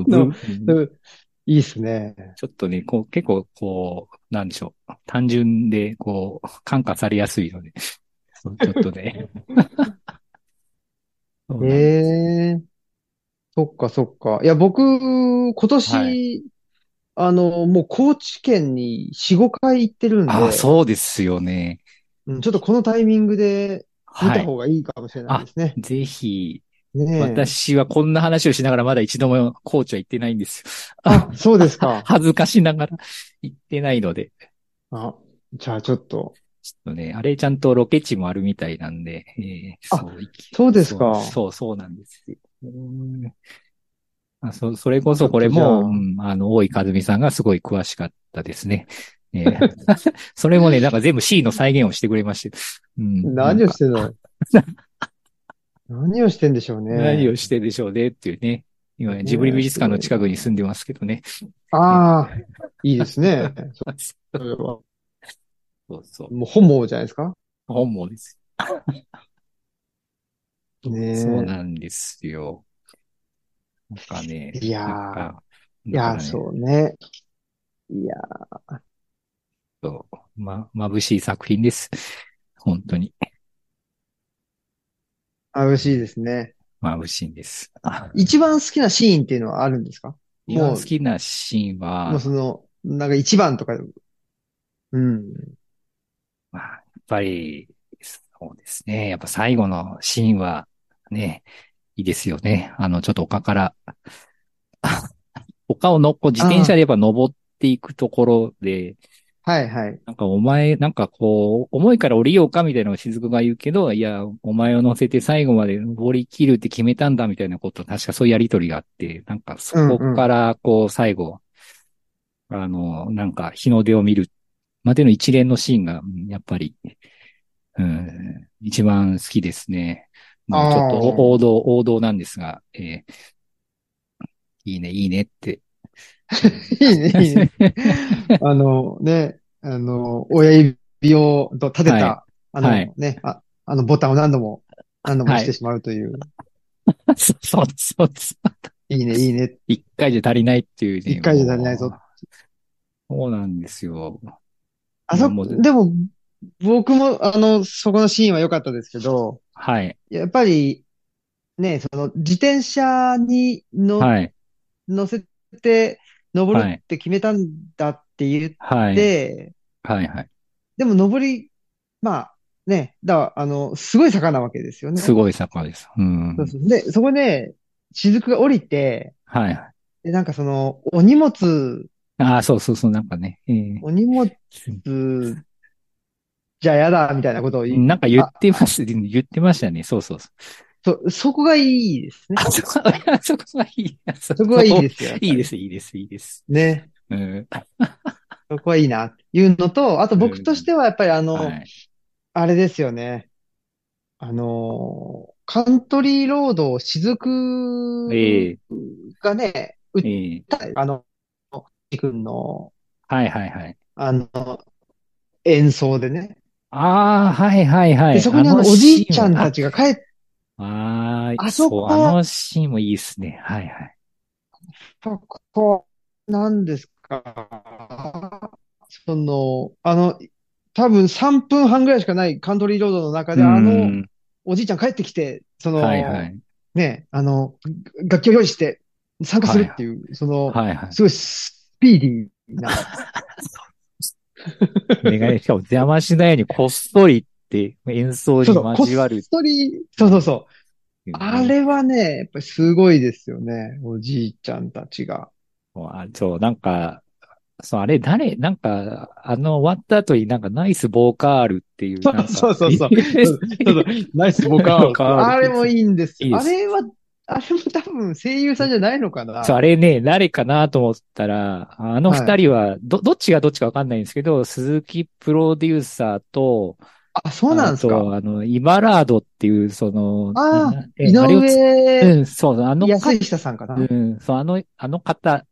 Speaker 1: の
Speaker 2: うん
Speaker 1: うん *laughs* いいっすね。
Speaker 2: ちょっとね、こう、結構、こう、なんでしょう。単純で、こう、感化されやすいので、そうちょっとね。そうなん
Speaker 1: え
Speaker 2: です
Speaker 1: えそっかそっか。いや、僕、今年、
Speaker 2: は
Speaker 1: あの、もう高知県に4、5回行ってるんで、
Speaker 2: あ、そうですよね。
Speaker 1: うんちょっとこのタイミングで見
Speaker 2: は
Speaker 1: た
Speaker 2: い。
Speaker 1: 方がいいかもしれないですね。
Speaker 2: ぜひ、
Speaker 1: ねえ
Speaker 2: 私はこんな話をしながらまだ一度も高知は行ってないんですよ。
Speaker 1: あ、そうですか。
Speaker 2: *laughs* 恥ずかしながら行ってないので。
Speaker 1: あ、じゃあちょっと。
Speaker 2: ちょっとね、あれちゃんとロケ地もあるみたいなんで、えー
Speaker 1: あ
Speaker 2: そう、行き
Speaker 1: そうですか
Speaker 2: そう、そうそうなんですよ。うんあそそれこそこれ
Speaker 1: ちょっとじゃ
Speaker 2: も、
Speaker 1: あ
Speaker 2: うんあの、大井和美さんがすごい詳しかったですね。え *laughs* ーそれもね、なんか全部 C の再現をしてくれまして。うん、
Speaker 1: 何をしてん
Speaker 2: なんか *laughs*
Speaker 1: の何をしてんでしょうね。
Speaker 2: 何をしてでしょうねっていうね。今ね、ジブリ美術館の近くに住んでますけどね。
Speaker 1: ああ、いいですね。それは。
Speaker 2: そうそう。
Speaker 1: もう本望じゃないですか。
Speaker 2: 本望です。
Speaker 1: ねえ
Speaker 2: そうなんですよ。なんかね。
Speaker 1: いやー
Speaker 2: なんか
Speaker 1: い
Speaker 2: だ
Speaker 1: や
Speaker 2: から
Speaker 1: ー、
Speaker 2: ね
Speaker 1: そうね。いや
Speaker 2: そうま、眩しい作品です。本当に。
Speaker 1: ー、嬉しいですね。
Speaker 2: 眩しいんです。
Speaker 1: 一番好きなシーンっていうのはあるんですか
Speaker 2: 一番好きなシーンは
Speaker 1: もう、その、なんか一番とか、うん。
Speaker 2: まあ、やっぱり、そうですね。やっぱ最後のシーンは、ね、いいですよね。あの、ちょっと丘から、 *laughs* 丘をの、こう自転車でやっぱ登っていくところで、
Speaker 1: はい
Speaker 2: *laughs*
Speaker 1: はい。
Speaker 2: なんかお前、なんかこう、重いから降りようかみたいなのを雫が言うけど、いや、お前を乗せて最後まで登り切るって決めたんだみたいなこと、確かそういうやりとりがあって、なんかそこからこう最後、あの、なんか日の出を見るまでの一連のシーンが、うんやっぱり、うん、一番好きですね。まあ、ちょっと王道、王道なんですが、えーいいね、いいねって。
Speaker 1: いいね、いいね。あの、ね、あの、親指をと立てた、
Speaker 2: は
Speaker 1: あの、
Speaker 2: はい
Speaker 1: ね、あ、あのボタンを何度も、何度も
Speaker 2: はい
Speaker 1: 押してしまうという、
Speaker 2: *laughs* そうそうそうです。
Speaker 1: い、いね、いいね。
Speaker 2: 一回じゃ足りないっていうね。
Speaker 1: 一回じゃ足りないぞ
Speaker 2: もう。そうなんですよ。
Speaker 1: あそ、
Speaker 2: いやもう
Speaker 1: でも、僕も、あの、そこのシーンは良かったですけど、
Speaker 2: はい。
Speaker 1: やっぱり、ね、その、自転車にの、
Speaker 2: はい。
Speaker 1: 乗せて、登
Speaker 2: は
Speaker 1: る
Speaker 2: い
Speaker 1: って決めたんだって言っ
Speaker 2: はい。
Speaker 1: て、
Speaker 2: はい。はい。
Speaker 1: でも登り、まあ、ね、だから、あの、すごい坂なわけですよね。
Speaker 2: すごい坂です。うん
Speaker 1: そ。うそうで、そこで、雫が降りて、
Speaker 2: はい。
Speaker 1: で、なんかその、お荷物、
Speaker 2: ああ、そうそうそう、なんかね。えー
Speaker 1: お荷物、じゃやだ、みたいなことを言い
Speaker 2: なんか言ってます、言ってましたね。そうそうそう。
Speaker 1: そ、そこがいいですね。
Speaker 2: あそこ、あ *laughs* そこがいい。あそ。
Speaker 1: そこがいいですすよ。
Speaker 2: いいです、いいです、いいです。
Speaker 1: ね。
Speaker 2: うん。
Speaker 1: そこはいいな、っていうのと、あと僕としてはやっぱりあの、
Speaker 2: はい。
Speaker 1: あれですよね。あのー、カントリーロードを雫
Speaker 2: ええ
Speaker 1: がね、う
Speaker 2: ええ
Speaker 1: た、あの、く君の、
Speaker 2: はいはいはい。
Speaker 1: あの、演奏でね。
Speaker 2: ああ、はいはいはい。
Speaker 1: で、そこにあの、おじいちゃんたちが帰って、
Speaker 2: あのシーンはあー
Speaker 1: あそこ
Speaker 2: そう、あのシーンもいいですね。はいはい。
Speaker 1: こう、なんですか。その、あの、多分3分半ぐらいしかないカントリーロードの中で、あ
Speaker 2: う
Speaker 1: の、
Speaker 2: ん
Speaker 1: おじいちゃん帰ってきて、その、
Speaker 2: はいはい。
Speaker 1: ね、あの、楽器を用意して参加するっていう、その、
Speaker 2: はいはい。
Speaker 1: すごいスピーディー
Speaker 2: *laughs*
Speaker 1: な。
Speaker 2: お願い、しかも邪魔しないようにこっそりって演奏に
Speaker 1: *laughs* そうそう、こっ
Speaker 2: 交わるって
Speaker 1: そり、そうそうそう。
Speaker 2: いうね
Speaker 1: あれはね、やっぱりすごいですよね。おじいちゃんたちが。
Speaker 2: もうあそう、なんか、そう、あれ、誰、なんか、あの、終わった後になんか、ナイスボーカールっていう。
Speaker 1: そう
Speaker 2: なんか
Speaker 1: そうそう
Speaker 2: *laughs*
Speaker 1: そうナイス
Speaker 2: ボカール
Speaker 1: *laughs* あれもいいんです
Speaker 2: いい
Speaker 1: よ。あ
Speaker 2: です
Speaker 1: れは、あれも多分声優さんじゃないのかな。
Speaker 2: そう、あれね、誰かなと思ったら、あの二人は、ど、どっちがどっちかわかんないんですけど、鈴木プロデューサーと、
Speaker 1: あ、そうなんです
Speaker 2: あ
Speaker 1: か。
Speaker 2: と、あの、イバラードっていう、その、
Speaker 1: あ
Speaker 2: なえ
Speaker 1: 井
Speaker 2: あれをつ
Speaker 1: 上
Speaker 2: うん、そう、あの、
Speaker 1: 安久さんかな。
Speaker 2: うん、そう、あの、あの方、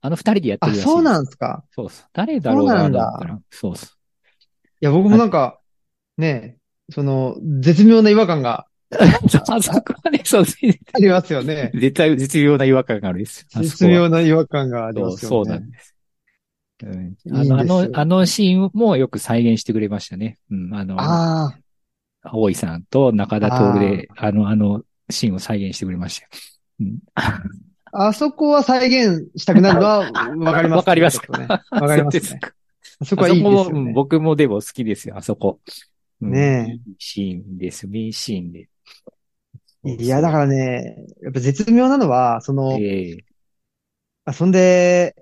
Speaker 2: あの二人でやっ
Speaker 1: あ、
Speaker 2: てるらしい。
Speaker 1: そうなんですか。
Speaker 2: そうそう。誰だろう
Speaker 1: そうな
Speaker 2: なんと
Speaker 1: だ
Speaker 2: 思ったら、そうそう。
Speaker 1: いや、僕もなんか、ね、その、絶妙な違和感
Speaker 2: *laughs*
Speaker 1: が
Speaker 2: あそこはね、そう、 *laughs*
Speaker 1: ありますよね。
Speaker 2: 絶対、絶妙な違和感があるんですよ。あそこ
Speaker 1: 絶
Speaker 2: は
Speaker 1: 妙な違和感があります
Speaker 2: そ
Speaker 1: よ
Speaker 2: う、そうな
Speaker 1: ね
Speaker 2: ん。です。うん、
Speaker 1: い
Speaker 2: あ
Speaker 1: いん
Speaker 2: の、あ
Speaker 1: ですよ
Speaker 2: の、あのシーンもよく再現してくれましたね。うん、あの、
Speaker 1: ああ、
Speaker 2: 大井さんと中田徹で、あの、あのシーンを再現してくれましたよ。うん、
Speaker 1: あそこは再現したくなるのはわかります。
Speaker 2: *laughs* わかります
Speaker 1: ちょっとねわかります
Speaker 2: *laughs* そう
Speaker 1: ね
Speaker 2: で。か
Speaker 1: あそ
Speaker 2: あ
Speaker 1: こは
Speaker 2: そ
Speaker 1: いいで
Speaker 2: こも、
Speaker 1: すよ
Speaker 2: うん
Speaker 1: ね。
Speaker 2: 僕もでも好きですよ、あそこ。うん
Speaker 1: ね
Speaker 2: いいシーンですよ、名シーンで。
Speaker 1: いや、だからね、やっぱ絶妙なのは、その、
Speaker 2: ええ
Speaker 1: あそんで、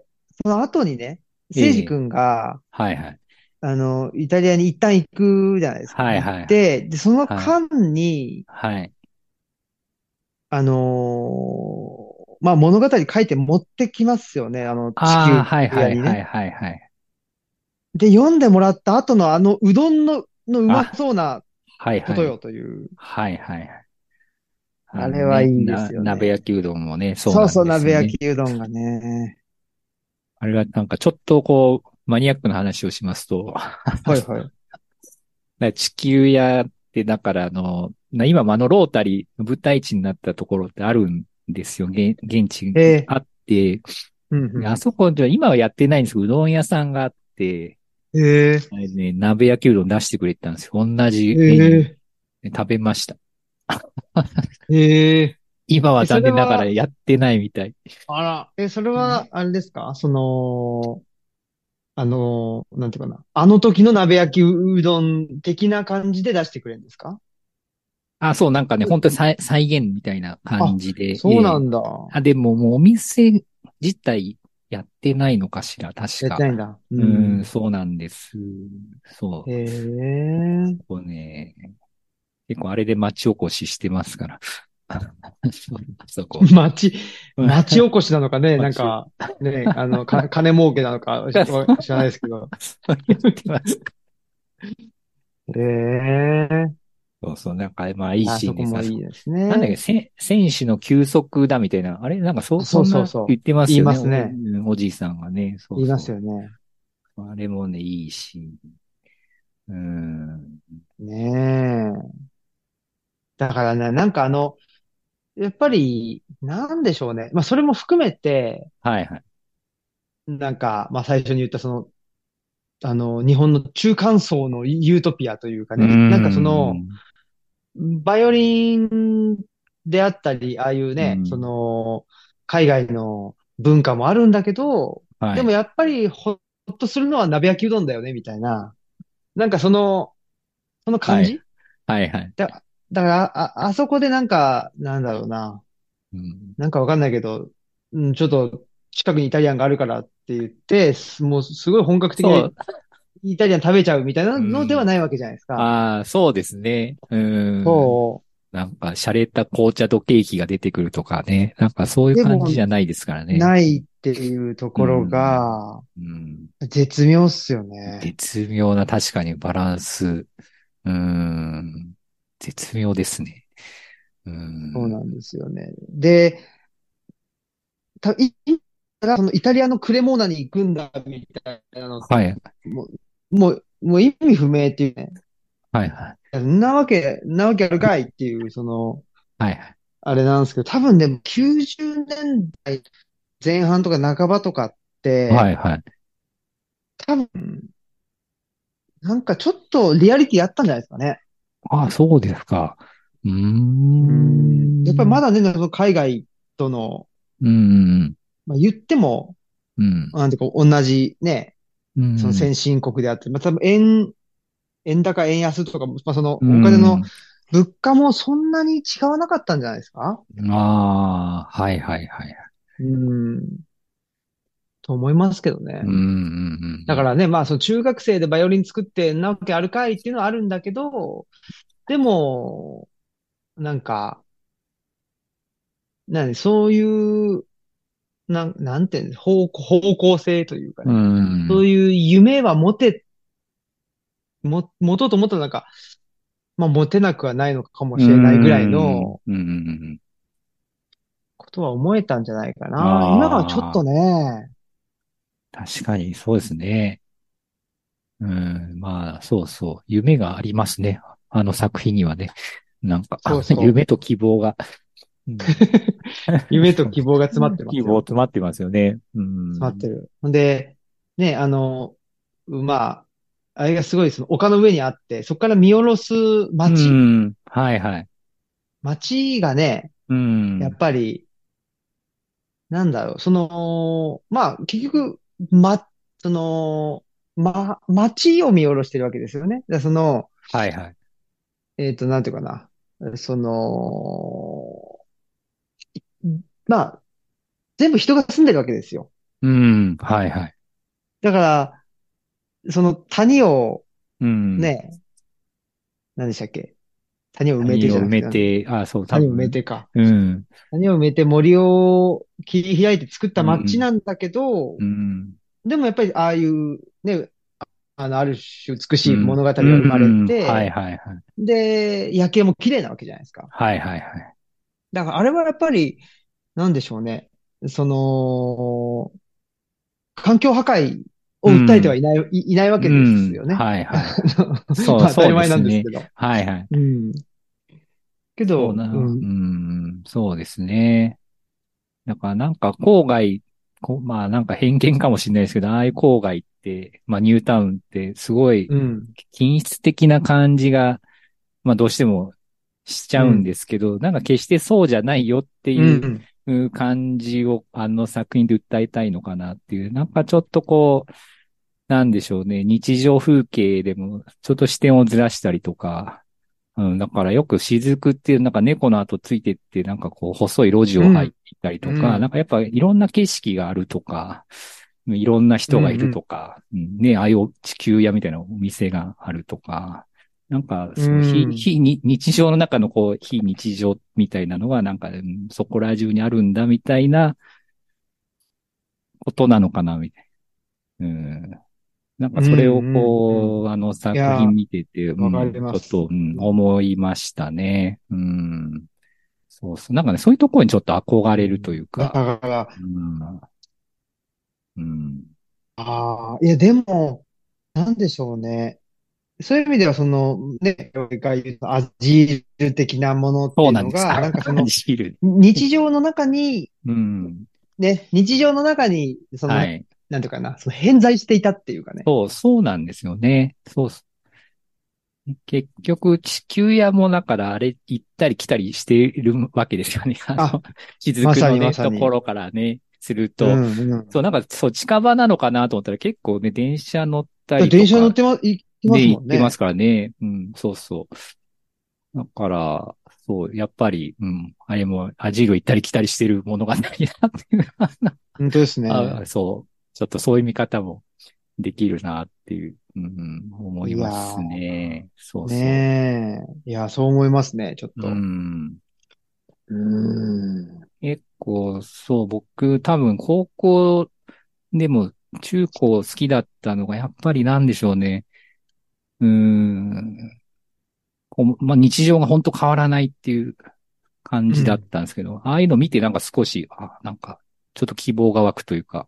Speaker 1: その後にね、せいじ君が、
Speaker 2: はいはい。
Speaker 1: あの、イタリアに一旦行くじゃないですか。
Speaker 2: はいはい
Speaker 1: で、で、その間に、
Speaker 2: はい。
Speaker 1: あのーまあ、物語書いて持ってきますよね、あの、地球
Speaker 2: ああ、はいは
Speaker 1: 屋
Speaker 2: い
Speaker 1: に
Speaker 2: は
Speaker 1: ね。
Speaker 2: いはいはい。
Speaker 1: で、読んでもらった後のあの、うどんの、のうまそうな
Speaker 2: はいは
Speaker 1: こ
Speaker 2: い。
Speaker 1: とよという。
Speaker 2: はいはいはい。
Speaker 1: あれはいいですよね
Speaker 2: な鍋焼きうどんもね、そう
Speaker 1: そうそう、
Speaker 2: なんで
Speaker 1: 鍋
Speaker 2: すよね
Speaker 1: 焼きうどんが
Speaker 2: *laughs*
Speaker 1: ね。
Speaker 2: あれはなんかちょっとこう、マニアックな話をしますと、 *laughs*
Speaker 1: はいはい。
Speaker 2: だから地球屋って、だからあの、な今もあのロータリーの舞台地になったところってあるんですよ。現現地
Speaker 1: え
Speaker 2: に
Speaker 1: え
Speaker 2: あって、
Speaker 1: うんうん
Speaker 2: あそこじゃ今はやってないんですけど、うどん屋さんがあって、
Speaker 1: ええ
Speaker 2: あれね、鍋焼きうどん出してくれてたんですよ。同じメニュー
Speaker 1: え
Speaker 2: で食べました。
Speaker 1: えええ
Speaker 2: 今は残念なが
Speaker 1: そ
Speaker 2: ら
Speaker 1: れ
Speaker 2: やってないみたい。
Speaker 1: あら。え、それは、あれですかその、あの、なんていうかな。あの時の鍋焼きうどん的な感じで出してくれるんですか
Speaker 2: あ、そう、なんかね、本当に再再現みたいな感じで。
Speaker 1: そうな
Speaker 2: ええ
Speaker 1: んだ。
Speaker 2: あ、でももうお店自体やってないのかしら、確
Speaker 1: やっ
Speaker 2: か
Speaker 1: て。ないんだ。う
Speaker 2: うん、。そうなんです。そう。
Speaker 1: へえ
Speaker 2: 結構ね、結構あれで町おこししてますから。 *laughs* そうそこ。
Speaker 1: 町、町おこしなのか
Speaker 2: *laughs*
Speaker 1: ね、
Speaker 2: 町
Speaker 1: なんか、ね、あの、か金儲けなの
Speaker 2: *laughs*
Speaker 1: か知ら知らないですけど。
Speaker 2: そうやってますか
Speaker 1: へえ
Speaker 2: *laughs* そうそう、なんか、まあ、いい
Speaker 1: あ
Speaker 2: シー
Speaker 1: そ
Speaker 2: ン
Speaker 1: こ
Speaker 2: で
Speaker 1: も
Speaker 2: さ、
Speaker 1: いいですね。
Speaker 2: なんだっけ、せ選手の休息だみたいな、あれなんかそう、
Speaker 1: そうそう
Speaker 2: そ
Speaker 1: そ
Speaker 2: ん
Speaker 1: う
Speaker 2: な言ってますよね。
Speaker 1: 言いますね
Speaker 2: お。おじいさんがね。そうそう
Speaker 1: 言いますよね。
Speaker 2: あれもね、いいし。うん。
Speaker 1: ねえ。だからね、なんかあの、やっぱり、なんでしょうね。まあ、それも含めて、
Speaker 2: はいはい。
Speaker 1: なんか、まあ、最初に言ったその、あの、日本の中間層のユートピアというかね、なんかその、バイオリンであったり、ああいうね
Speaker 2: う、ん
Speaker 1: その、海外の文化もあるんだけど、
Speaker 2: うん、はい、
Speaker 1: でもやっぱりほっとするのは鍋焼きうどんだよね、みたいな。なんかその、その感じ
Speaker 2: はいはい。
Speaker 1: だ、だから、あ、あそこでなんか、なんだろうな。
Speaker 2: うん
Speaker 1: なんかわかんないけど、うん、ちょっと近くにイタリアンがあるからって言って、すもうすごい本格的
Speaker 2: そ
Speaker 1: な
Speaker 2: う、
Speaker 1: イタリアン食べちゃうみたいなのではないわけじゃないですか。
Speaker 2: ああ、そうですね。うん。
Speaker 1: そ
Speaker 2: なんか、洒落た紅茶とケーキが出てくるとかね。なんか、そういう感じじゃないですから
Speaker 1: う、
Speaker 2: ね。
Speaker 1: ないっていうところが、
Speaker 2: うん。
Speaker 1: 絶妙っすよね。
Speaker 2: 絶妙な、確かにバランス。うん。絶妙ですね。うん。
Speaker 1: そうなんですよね。で、た、い、いそのイタリアのクレモーナに行くんだ、みたいなの、
Speaker 2: はい。
Speaker 1: もう、もう意味不明っていうね。
Speaker 2: はいはい。
Speaker 1: そんなわけ、なわけあるかいっていう、その、
Speaker 2: はいはい。
Speaker 1: あれなんですけど、多分でも90年代前半とか半ばとかって、
Speaker 2: はいはい。
Speaker 1: 多分、なんかちょっとリアリティあったんじゃないですかね。
Speaker 2: ああ、そうですか。うーん。
Speaker 1: やっぱりま
Speaker 2: だ、
Speaker 1: だね、その海外との、
Speaker 2: うん、
Speaker 1: まあ、言っても、
Speaker 2: うん、
Speaker 1: なんていうか同じね、
Speaker 2: うん。
Speaker 1: その先進国であって、まあ多分円、円高、円安とか、まあそのお
Speaker 2: うん
Speaker 1: 金の物価もそんなに違わなかったんじゃないですか
Speaker 2: ああ、はいはいはい。
Speaker 1: うん。と思いますけどね。
Speaker 2: うん、うん、うん。
Speaker 1: だからね、まあその中学生でバイオリン作ってんなわけあるかいっていうのはあるんだけど、でも、なんか、なんそういう、なん、なんていうの方向、方向性というか
Speaker 2: う
Speaker 1: ね、
Speaker 2: ん。
Speaker 1: そういう夢は持て、も、持とうと思ったらなんか、まあ持てなくはないのかもしれないぐらいの
Speaker 2: うん、うん、うん。
Speaker 1: ことは思えたんじゃないか
Speaker 2: あ
Speaker 1: な。
Speaker 2: ー
Speaker 1: 今はちょっとね、
Speaker 2: 確かに、そうですね。うん、まあ、そうそう。夢がありますね。あの作品にはね。なんか、
Speaker 1: そうそう
Speaker 2: 夢と希望が。うん
Speaker 1: *laughs* 夢と希望が詰まってます
Speaker 2: 希
Speaker 1: よ。
Speaker 2: 望詰まってますよね。うん。
Speaker 1: 詰まってる。ほんで、ね、あの、まあ、あれがすごいです。丘の上にあって、そこから見下ろす
Speaker 2: う
Speaker 1: 街、
Speaker 2: ん。はいはい。
Speaker 1: 街がね、
Speaker 2: うん。
Speaker 1: やっぱり、なんだろう、その、まあ、結局、ま、その、ま、街を見下ろしてるわけですよね。だからその、
Speaker 2: はいはい。
Speaker 1: えっと、なんていうかな、その、まあ、全部人が住んでるわけですよ。
Speaker 2: うん。はいはい。
Speaker 1: だから、その谷を、
Speaker 2: うん。
Speaker 1: ねえ。何でしたっけ谷を埋めて
Speaker 2: 谷
Speaker 1: じゃ
Speaker 2: を埋
Speaker 1: なくて
Speaker 2: めて、あ、そう、多
Speaker 1: 谷を
Speaker 2: 分
Speaker 1: 埋め。てか。
Speaker 2: うん。
Speaker 1: 谷を埋めて森を切り開いて作った街なんだけど
Speaker 2: う、ん。
Speaker 1: でもやっぱりああいう、ね、あの、ある種美しい物語が生まれ
Speaker 2: うんうんはい
Speaker 1: て、
Speaker 2: はいはい。
Speaker 1: で、夜景も綺麗なわけじゃないですか。
Speaker 2: はいはいはい。
Speaker 1: だからあれはやっぱり、なんでしょうね。その、環境破壊を訴えてはいない、いいないわけですよね。
Speaker 2: うんはいは
Speaker 1: あの
Speaker 2: い。そ
Speaker 1: *laughs*
Speaker 2: う、
Speaker 1: まあ当たり前
Speaker 2: そ
Speaker 1: な
Speaker 2: うんで
Speaker 1: ですす
Speaker 2: ね
Speaker 1: け。ど。
Speaker 2: はいはい。
Speaker 1: うん。 *laughs* け
Speaker 2: そ
Speaker 1: ど、
Speaker 2: うな、う
Speaker 1: うん
Speaker 2: ん、そうですね。だからなんか郊外、こまあなんか偏見かもしれないですけど、ああいう郊外って、まあニュータウンってすごい
Speaker 1: うん。
Speaker 2: 均質的な感じが、まあどうしてもしちゃうんですけど、なんか決してそうじゃないよって
Speaker 1: う
Speaker 2: いう、
Speaker 1: ん。
Speaker 2: うん感じをあの作品で訴えたいのかなっていう、なんかちょっとこう、なんでしょうね、日常風景でもちょっと視点をずらしたりとか、うん、だからよく雫っていうなんか猫の後ついてってなんかこう細い路地を入っていったりとか、
Speaker 1: うん
Speaker 2: なんかやっぱいろんな景色があるとか、いろんな人がいるとか、うんね、ああいう地球屋みたいなお店があるとか、なんか、その非、
Speaker 1: うん
Speaker 2: 非日日常の中のこう、非日常みたいなのが、なんか、うんそこら中にあるんだみたいなことなのかな、みたいな。うん。なんかそれをこう、あの作品見てて、
Speaker 1: わか
Speaker 2: うん
Speaker 1: ります
Speaker 2: ちょっと、うん、思いましたね。うん。そうそう。なんかね、そういうところにちょっと憧れるという
Speaker 1: だ
Speaker 2: か。
Speaker 1: から、
Speaker 2: うん。うん。
Speaker 1: ああ、いや、でも、なんでしょうね。そういう意味では、その、ね、が言うアジール的なものって
Speaker 2: そ
Speaker 1: いうう
Speaker 2: なん
Speaker 1: の
Speaker 2: です
Speaker 1: が、
Speaker 2: か。
Speaker 1: なんかそ
Speaker 2: *laughs*
Speaker 1: の、
Speaker 2: シール。
Speaker 1: 日常の中に、
Speaker 2: うん。
Speaker 1: ね、日常の中に、その、
Speaker 2: はい。
Speaker 1: なんていうかな、その偏在していたっていうかね。
Speaker 2: そう、そうなんですよね。そうそう。結局、地球屋もだから、あれ、行ったり来たりしているわけですよね。あの、雫
Speaker 1: まさ
Speaker 2: の
Speaker 1: に
Speaker 2: ね、
Speaker 1: まさ
Speaker 2: と
Speaker 1: に
Speaker 2: ころからね、する
Speaker 1: う
Speaker 2: と、
Speaker 1: んうん。
Speaker 2: そう、なんか、そう、近場なのかなと思ったら結構ね、電車乗ったりとか。
Speaker 1: 電車乗ってま、行きます
Speaker 2: ね、
Speaker 1: も
Speaker 2: 行
Speaker 1: ん
Speaker 2: って
Speaker 1: ね。
Speaker 2: ますからね。うん、そうそう。だから、そう、やっぱり、うん、あれも、アジール行ったり来たりしてる物語だなっていう、
Speaker 1: 本当ですね。
Speaker 2: あそう、ちょっとそういう見方もできるなっていう、うん、思いますね。そうそう。
Speaker 1: ねえ。いや、そう思いますね、ちょっと。
Speaker 2: う。
Speaker 1: うんーん。
Speaker 2: 結構、そう、僕、多分、高校でも、中高好きだったのが、やっぱりなんでしょうね。うーん。こうまあ、日常が本当変わらないっていう感じだったんですけど、ああいうの見てなんか少し、あなんか、ちょっと希望が湧くというか、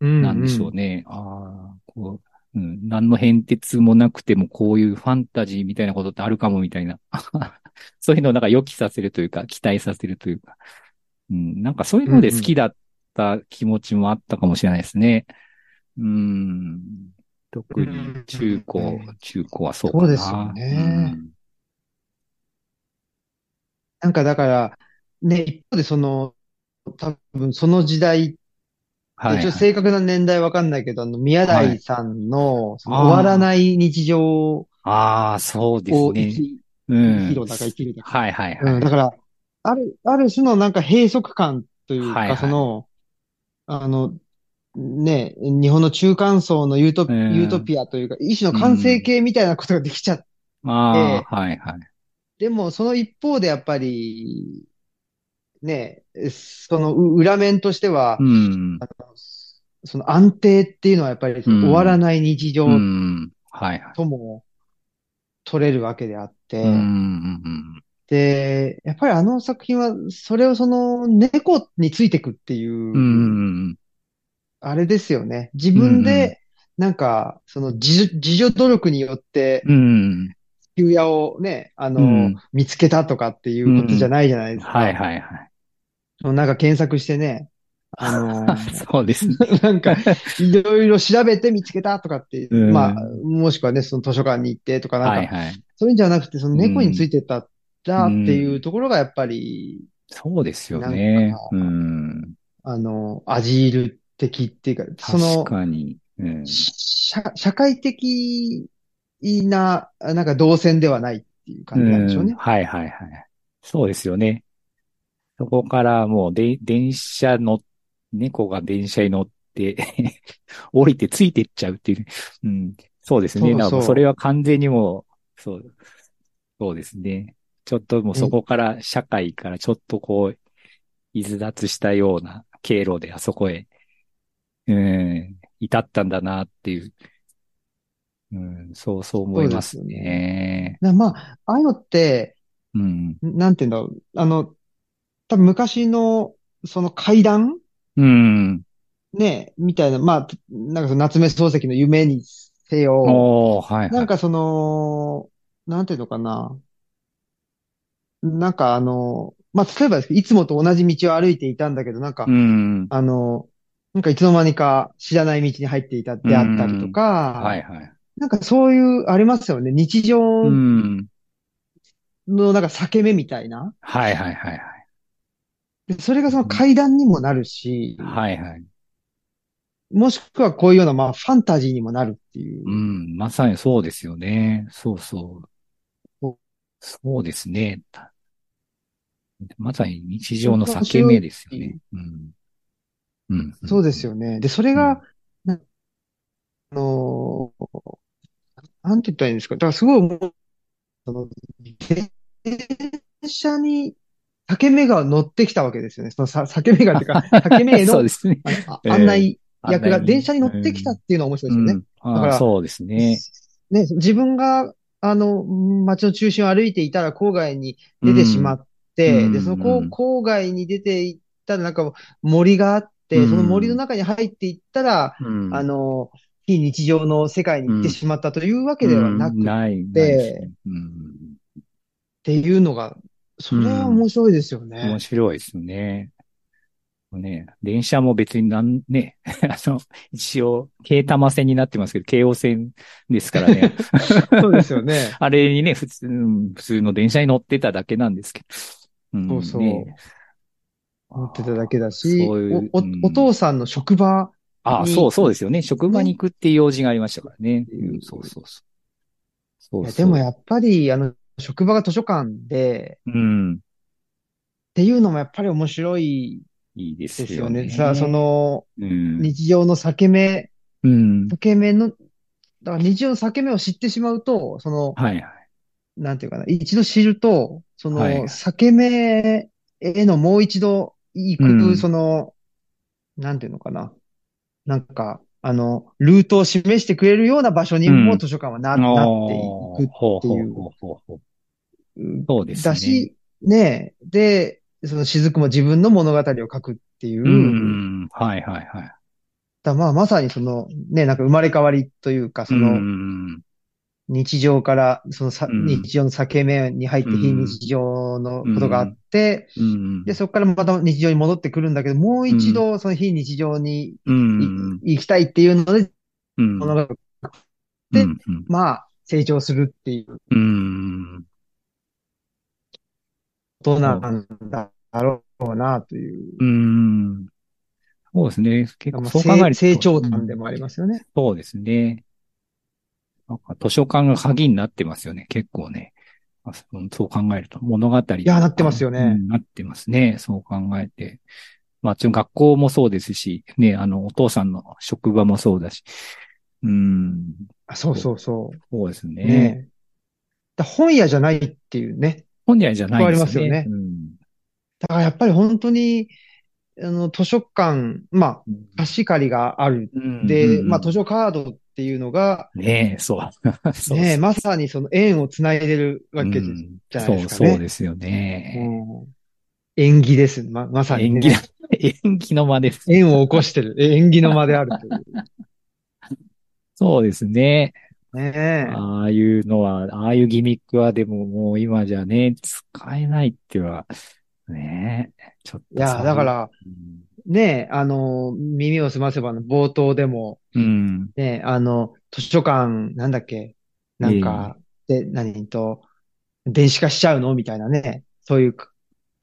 Speaker 1: うん、
Speaker 2: なんでしょうね。ああ、こう、うん、何の変哲もなくても、こういうファンタジーみたいなことってあるかもみたいな。 *laughs* そういうのをなんか予期させるというか、期待させるというか。うん、なんかそういうので好きだった気持ちもあったかもしれないですね。うん。特に中
Speaker 1: う
Speaker 2: 高
Speaker 1: ん、
Speaker 2: 中高はそうかな。
Speaker 1: そうですよねなんかだから、ね、一方でその、多分その時代、
Speaker 2: うん。はい、
Speaker 1: ちょっと正確な年代わかんないけど、あの、宮台さんの、その
Speaker 2: あー
Speaker 1: 終わらない日常を
Speaker 2: ああ、そうです
Speaker 1: 生
Speaker 2: ね。
Speaker 1: き、
Speaker 2: う
Speaker 1: 生
Speaker 2: ん
Speaker 1: き。ろだか生きるだか。
Speaker 2: はいはいはい。
Speaker 1: うん、だから、ある、ある種のなんか閉塞感という
Speaker 2: はい
Speaker 1: か、
Speaker 2: はい
Speaker 1: その、あの、ね、日本の中間層のユート、
Speaker 2: うん
Speaker 1: ユートピアというか、一種の完成形みたいなことができちゃって、
Speaker 2: ああ、はいはい。
Speaker 1: でもその一方でやっぱり、ね、そのう裏面としては
Speaker 2: う、ん。
Speaker 1: その安定っていうのはやっぱりその
Speaker 2: うん
Speaker 1: 終わらない日常
Speaker 2: うん。はいはい。
Speaker 1: とも取れるわけであって、
Speaker 2: うんうんうん。
Speaker 1: で、やっぱりあの作品はそれをその猫についてくっていう、
Speaker 2: うん。
Speaker 1: あれですよね。自分
Speaker 2: うんう
Speaker 1: で、なんか、その自助、自助努力によって、
Speaker 2: うん。
Speaker 1: 休屋をね、あの、
Speaker 2: うん
Speaker 1: 見つけたとかっていうことじゃないじゃないですか。
Speaker 2: はいはいはい。
Speaker 1: そのなんか検索してね、あの、
Speaker 2: *laughs* そうですね。
Speaker 1: なんか、いろいろ調べて見つけたとかって、
Speaker 2: うん
Speaker 1: まあ、もしくはね、その図書館に行ってとか、な
Speaker 2: は
Speaker 1: ん
Speaker 2: い
Speaker 1: か、
Speaker 2: はい。
Speaker 1: そういうんじゃなくて、その猫についてたらっていううところが、やっぱり、
Speaker 2: そうですよね。うん。
Speaker 1: あの、アジール的っていうか、その
Speaker 2: 確、かに。うん。
Speaker 1: 社、社会的な、なんか動線ではないっていう感じなんでしょう
Speaker 2: うん
Speaker 1: ね。
Speaker 2: はいはいはい。そうですよね。そこからもうで、電車の、猫が電車に乗って、 *laughs* 降りてついてっちゃうっていう。うん。そうですね。
Speaker 1: そうそう
Speaker 2: だからもうそれは完全にもう、そう、そうですね。ちょっともうそこから、社会からちょっとこう、逸脱したような経路であそこへ、うん、至ったんだなっていう。うん、そう、そう思います
Speaker 1: そうですよ
Speaker 2: ね。
Speaker 1: なまあ、ああいうのって、
Speaker 2: うん。
Speaker 1: なんていうんだろう。あの、多分昔の、その階段
Speaker 2: うん。
Speaker 1: ね、みたいな、まあ、なんかその夏目漱石の夢にせよ、
Speaker 2: おー、はい、はい。
Speaker 1: なん、かその、なんていうのかな。なんかあの、まあ、例えばですけどいつもと同じ道を歩いていたんだけど、なんか
Speaker 2: う、ん。
Speaker 1: あの、なんかいつの間にか知らない道に入っていたであったりとか、
Speaker 2: はい、はい。
Speaker 1: なんかそういう、ありますよね。日常
Speaker 2: うん。
Speaker 1: のなんか裂け目みたいな。
Speaker 2: はい、はい、はい、はい。
Speaker 1: でそれがその階段にもなるし、
Speaker 2: はい、はい。
Speaker 1: もしくはこういうような、まあ、ファンタジーにもなるっていうう。
Speaker 2: ん。まさにそうですよね。そうそう
Speaker 1: お。
Speaker 2: そうですね。たまさに日常の裂け目ですよね。うん。うん。
Speaker 1: そうです
Speaker 2: よ。
Speaker 1: よね。で、それが、なあのーなんて言ったらいいんですか。だからすごい思う、その、電車に
Speaker 2: *laughs*
Speaker 1: 裂け目が乗ってきたわけですよね。そのさ、裂け目がっていうか、裂け目へ
Speaker 2: そ
Speaker 1: の
Speaker 2: うですね。
Speaker 1: あのあ
Speaker 2: えー
Speaker 1: 案内、役が電車に乗ってきたっていうのは面白いですよね。
Speaker 2: うん
Speaker 1: だ
Speaker 2: あ
Speaker 1: か
Speaker 2: ー
Speaker 1: ら
Speaker 2: そうですね。
Speaker 1: ね、自分が、あの、街の中心を歩いていたら郊外に出てしまって、
Speaker 2: うん
Speaker 1: で、そこを
Speaker 2: うん
Speaker 1: 郊外に出ていったらなんか森があって、
Speaker 2: うん
Speaker 1: その森の中に入っていったら、
Speaker 2: うん
Speaker 1: あの、非日常の世界に行ってしまったというわけではなく
Speaker 2: うん
Speaker 1: っ
Speaker 2: ない、ないですねうん
Speaker 1: ていうのが、それは面白いですよね
Speaker 2: 面。白いですね。ね、電車も別になん、ね、 *laughs* あの、一応、京玉線になってますけど、京王線ですからね。
Speaker 1: *laughs* そうですよ
Speaker 2: *laughs*
Speaker 1: ね。
Speaker 2: あれにね、普通、うん普通の電車に乗ってただけなんですけど。ん
Speaker 1: そうそう
Speaker 2: ね
Speaker 1: 思ってただけだし、
Speaker 2: そういう
Speaker 1: おお
Speaker 2: うん
Speaker 1: お父さんの職場、
Speaker 2: あ、
Speaker 1: に
Speaker 2: そうそうですよね。職場に行くっていう用事がありましたからね。
Speaker 1: うん
Speaker 2: うんそうそうそう。そ
Speaker 1: いうや
Speaker 2: そう。
Speaker 1: でもやっぱり、あの、職場が図書館で、
Speaker 2: うん。
Speaker 1: っていうのもやっぱり面白い
Speaker 2: いいです
Speaker 1: です
Speaker 2: よ
Speaker 1: よ
Speaker 2: ね。
Speaker 1: ね。さあ、そ、の、
Speaker 2: うん。
Speaker 1: 日常の裂け目、
Speaker 2: うん。
Speaker 1: 裂け目の、だから日常の裂け目を知ってしまうと、その、
Speaker 2: はいはい。
Speaker 1: なんていうかな、一度知ると、その、
Speaker 2: はい
Speaker 1: 裂け目へのもう一度行く、
Speaker 2: うん
Speaker 1: その、なんていうのかな。なんか、あの、ルートを示してくれるような場所に
Speaker 2: う
Speaker 1: も
Speaker 2: ん
Speaker 1: 図書館はな、なっていく
Speaker 2: ほ
Speaker 1: っていう
Speaker 2: ほうほうほうほうそうですね。
Speaker 1: だし、ねえ、で、その雫も自分の物語を書くっていう、
Speaker 2: うん。はいはいはい。
Speaker 1: だまあまさにその、ね、なんか生まれ変わりというか、そ
Speaker 2: うんう
Speaker 1: の
Speaker 2: ん
Speaker 1: 日常から、そのさ、
Speaker 2: うん
Speaker 1: 日常の裂け目に入って
Speaker 2: うん
Speaker 1: 非日常のことがあって、
Speaker 2: うん。
Speaker 1: で、そこからまた日常に戻ってくるんだけど、もう一度その非日常に
Speaker 2: う
Speaker 1: い
Speaker 2: ん。
Speaker 1: 行きたいっていうので、
Speaker 2: うん。
Speaker 1: 物語が、
Speaker 2: う
Speaker 1: で
Speaker 2: んうん
Speaker 1: まあ、成長するっていうこ
Speaker 2: うん。
Speaker 1: となんだろうな、という。
Speaker 2: うん。そうですね。結構、
Speaker 1: まあ
Speaker 2: そう考えると。
Speaker 1: 成成長感でもありますよね。
Speaker 2: そうですね。なんか図書館が鍵になってますよね、結構ね。あそうそう考えると、物語。い
Speaker 1: いやなってますよね
Speaker 2: なってますね、そう考えて。まあ、ちろん学校もそうですし、ね、あの、お父さんの職場もそうだし。うん、
Speaker 1: あそうそうそう。
Speaker 2: そうですね。
Speaker 1: ねえだ本屋じゃないっていうね。
Speaker 2: 本屋じゃないですよ
Speaker 1: 変
Speaker 2: ね。
Speaker 1: わりだからやっぱり本当に、あの、図書館、ま
Speaker 2: うん
Speaker 1: あ、貸し借りがある。
Speaker 2: うん
Speaker 1: で、
Speaker 2: うん
Speaker 1: まあ、図書カードっていうのが、
Speaker 2: ねえ、そう。 *laughs* そう
Speaker 1: ね、まさにその縁をつないでるわけじ
Speaker 2: うん
Speaker 1: ゃないですか
Speaker 2: そう、そ
Speaker 1: ね。
Speaker 2: うですよね。
Speaker 1: うん縁起です。ま、まさに
Speaker 2: 演
Speaker 1: ね
Speaker 2: 技だ、 *laughs* 演技の間です。
Speaker 1: 縁を起こしてる。縁起の間である
Speaker 2: *laughs*
Speaker 1: という。
Speaker 2: そうですね。
Speaker 1: ねえ。
Speaker 2: ああいうのは、ああいうギミックはでももう今じゃね、使えないっていうのは、ねえ、ちょっと
Speaker 1: いや、だから、
Speaker 2: うん
Speaker 1: ねえ、あの、耳をすませばの冒頭でも、
Speaker 2: うん。
Speaker 1: ね、あの、図書館、なんだっけ、なんか、で、何と、電子化しちゃうのみたいなね、そういう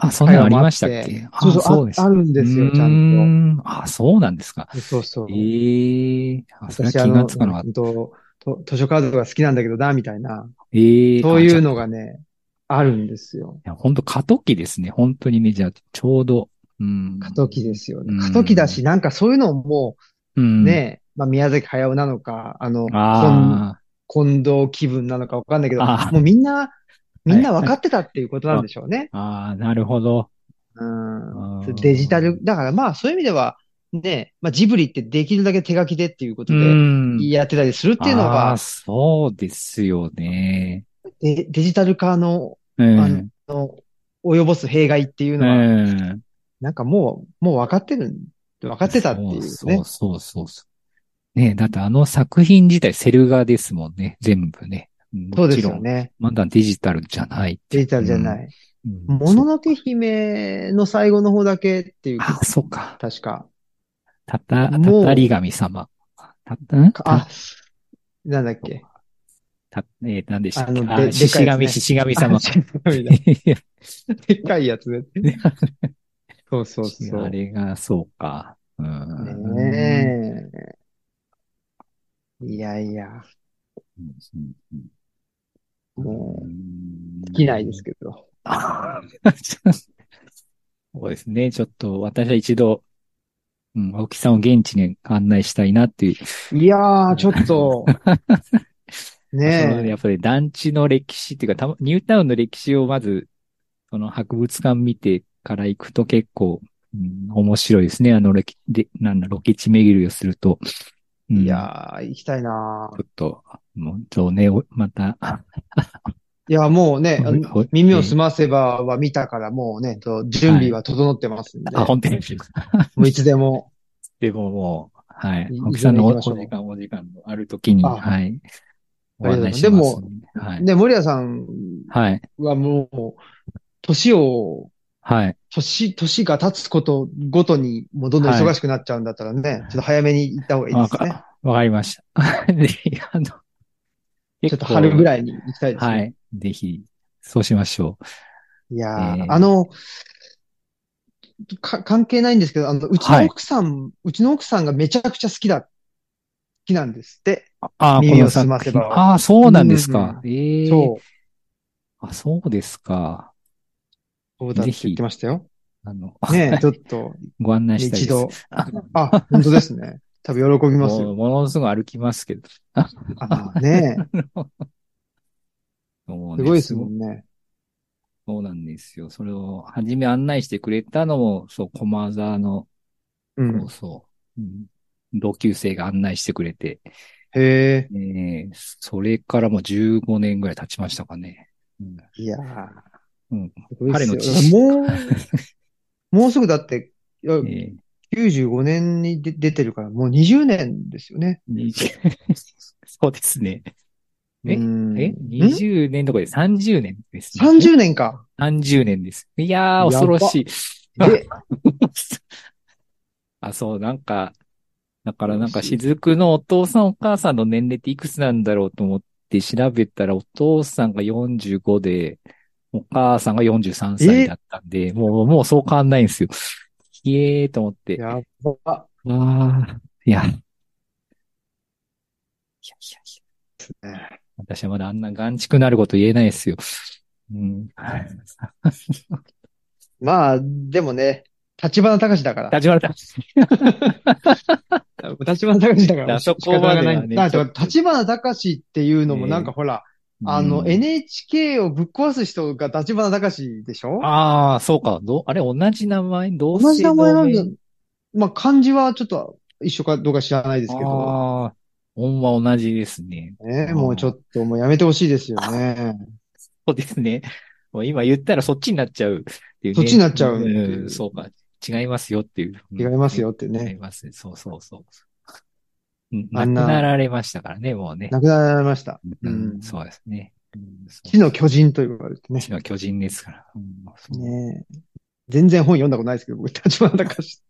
Speaker 2: あ、そんなのありましたっけあ
Speaker 1: そうそう、あ
Speaker 2: です
Speaker 1: あるんですよ、ちゃん
Speaker 2: と。あ、そうなんですか。
Speaker 1: と。そうそう。
Speaker 2: ええあ、それ
Speaker 1: 私、
Speaker 2: は気
Speaker 1: あ
Speaker 2: が
Speaker 1: の、
Speaker 2: つかなかっ
Speaker 1: うんと、と図書カードが好きなんだけどな、みたいな。
Speaker 2: た。ええ
Speaker 1: そういうの
Speaker 2: あ
Speaker 1: がね、あるんですよ。
Speaker 2: じゃあいや、本当過渡期ですね。本当にね、じゃあ、ちょうど。うん。
Speaker 1: 過渡期ですよ
Speaker 2: う
Speaker 1: ね。
Speaker 2: ん
Speaker 1: 過渡期だし、なんかそういうのも
Speaker 2: うん。
Speaker 1: ね、まあ宮崎駿なのか、あの、
Speaker 2: あ
Speaker 1: 近近藤気分なのかわかんないけど、
Speaker 2: あー
Speaker 1: もうみんな、みんな分かってたっていうことなんでしょうね。
Speaker 2: あ、ああ、なるほど。
Speaker 1: うん
Speaker 2: あー
Speaker 1: デジタル、だからまあそういう意味では、ね、まあジブリってできるだけ手書きでっていうことで
Speaker 2: ん
Speaker 1: やってたりするっていうの
Speaker 2: あー
Speaker 1: が、
Speaker 2: そうですよね。
Speaker 1: デデジタル化の、
Speaker 2: うん。
Speaker 1: あのの及ぼす弊害っていうのは、
Speaker 2: うん。
Speaker 1: なんかもう、もう分かってる、分かってたっていうね。
Speaker 2: そうそうそうそう。ねえだってあの作品自体セル画ですもんね。全部ね。
Speaker 1: そう
Speaker 2: も
Speaker 1: で
Speaker 2: ち
Speaker 1: す
Speaker 2: ろ
Speaker 1: よ
Speaker 2: ん。
Speaker 1: ね。
Speaker 2: まだデジタルじゃないって。
Speaker 1: デジタルじゃない。
Speaker 2: うん。うん
Speaker 1: もの
Speaker 2: そう
Speaker 1: のけ姫の最後の方だけっていう、
Speaker 2: あ、そうか。
Speaker 1: 確か。
Speaker 2: たた、た
Speaker 1: もう
Speaker 2: たり神様。たた、ん
Speaker 1: かあ、なんだっけ。
Speaker 2: た、えー、何でしたっけ
Speaker 1: あので
Speaker 2: あ
Speaker 1: でかいやつね
Speaker 2: 獅子神、獅子
Speaker 1: *laughs*
Speaker 2: 神様。
Speaker 1: でっかいやつ
Speaker 2: *laughs*
Speaker 1: ね。そうそうそ
Speaker 2: あ
Speaker 1: う。
Speaker 2: れが、そうか。うん。
Speaker 1: ねえ。いやいや、
Speaker 2: うんうんうん
Speaker 1: も
Speaker 2: うん
Speaker 1: う、尽きないですけど。
Speaker 2: ああ、そうですね。ちょっと私は一度、うん、青木さんを現地に案内したいなっていう。
Speaker 1: いやー、ちょっ
Speaker 2: *laughs*
Speaker 1: と、
Speaker 2: その
Speaker 1: ね
Speaker 2: やっぱり団地の歴史っていうか、たまニュータウンの歴史をまず、その博物館見てから行くと結構うん、面白いですね。あの、ロケ、で、なんだ、ロケ地巡りをすると。
Speaker 1: うん、いやー、行きたいな
Speaker 2: ちょっと、もう、そうね、ま
Speaker 1: *laughs*
Speaker 2: た。
Speaker 1: いや、もうね、耳を澄ませばは見たから、もうね、準備は整ってますんで。
Speaker 2: はい、あ、本当に。
Speaker 1: もういつでも。
Speaker 2: でももう、はい。奥さんのお時間、お時間あるときに、はい。
Speaker 1: ありがとうございます。でも、はい、ね、森谷さんはもう、年を、
Speaker 2: はい。
Speaker 1: 年、年が経つことごとに、もうどんどん忙しくなっちゃうんだったらね、はい、ちょっと早めに行った方がいいですね。
Speaker 2: わかりました。 *laughs* ぜひ、あの、ち
Speaker 1: ょっと春ぐらいに行きたいですね。はい。
Speaker 2: ぜひ、そうしましょ
Speaker 1: う。いやー、えー、あの、か、関係ないんですけど、あの、うちの奥さん、はい、うちの奥さんがめちゃくちゃ好きだ、好きなんですって。
Speaker 2: ああ、耳を澄ませば。ああ、そうなんですか。うん、ええー、そう。あ、そうですか。
Speaker 1: そうだって言ってましたよ。
Speaker 2: あの、
Speaker 1: ねちょっと。
Speaker 2: ご案内したいです。一度。
Speaker 1: あ、本当ですね。多分喜びますよ。
Speaker 2: ものすごい歩きますけど。
Speaker 1: あね *laughs* え。すごいですもんね。
Speaker 2: そうなんですよ。それを、はじめ案内してくれたのも、そう、駒沢の、
Speaker 1: うん、
Speaker 2: そう、うん、同級生が案内してくれて。
Speaker 1: へえ。
Speaker 2: えー、それからもう15年ぐらい経ちましたかね。
Speaker 1: うん、いやー。
Speaker 2: うん。彼の
Speaker 1: もう、もうすぐ *laughs* だって、いや、
Speaker 2: *laughs*
Speaker 1: えー、95年に出てるから、もう20年ですよね。
Speaker 2: そうですね。え、え ?20 年とかで30年です
Speaker 1: ね。30年か。
Speaker 2: 30年です。いやー、恐ろしい。 *laughs* えあ、そう、なんか、だからなんか、しずくのお父さんお母さんの年齢っていくつなんだろうと思って調べたら、お父さんが45で、お母さんが43歳だったんで、もう、もうそう変わんないんですよ。ひえーと思って。
Speaker 1: やば。あ
Speaker 2: あ、いや。いやいやいや。私はまだあんな眼畜なること言えないですよ。うん。
Speaker 1: まあ、でもね、立花隆だから。
Speaker 2: 立花隆。
Speaker 1: 立花隆だから。
Speaker 2: そこまではね。
Speaker 1: だ立花隆っていうのもなんかほら、あの、NHK をぶっ壊す人が立花隆でしょ
Speaker 2: ああ、そうか。どあれ、同じ名前同
Speaker 1: 同じ名前なんだ。まあ、漢字はちょっと一緒かどうか知らないですけど。
Speaker 2: ああ、音は同じですね。
Speaker 1: ねもうちょっと、もうやめてほしいですよね。
Speaker 2: そうですね。もう今言ったらそっちになっちゃうっていう、
Speaker 1: そっちになっちゃう、
Speaker 2: うん。そうか。違いますよっていう。
Speaker 1: 違いますよってね。
Speaker 2: 違います。そうそうそう。亡くなられましたからね、もうね。
Speaker 1: 亡くなられました。
Speaker 2: うん、そうですね。
Speaker 1: 地の巨人と言われてね。
Speaker 2: 地の巨人ですから。
Speaker 1: うん、ね全然本読んだことないですけど、僕、立花隆。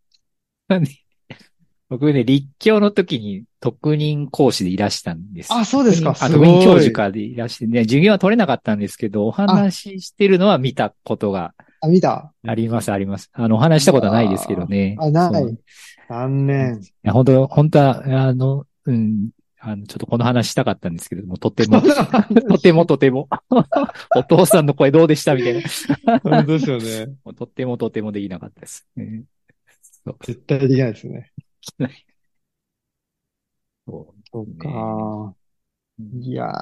Speaker 2: 僕ね、立教の時に特任講師でいらしたんです。
Speaker 1: あ、そうですか。
Speaker 2: 特任教授かでいらしてね、授業は取れなかったんですけど、お話ししてるのは見たことが。
Speaker 1: あ、見た
Speaker 2: あります、あります。あの、お話したことはないですけどね。
Speaker 1: あ、ない。残念。い
Speaker 2: や、本当本当は、あの、うん、あの、ちょっとこの話したかったんですけども、とて
Speaker 1: *laughs*
Speaker 2: も、とてもとても、 *laughs* お父さんの声どうでしたみたい
Speaker 1: な。本当ですよね。
Speaker 2: とてもとてもできなかったです、ね。
Speaker 1: 絶対できないですね。。
Speaker 2: そう
Speaker 1: そうか。いやー。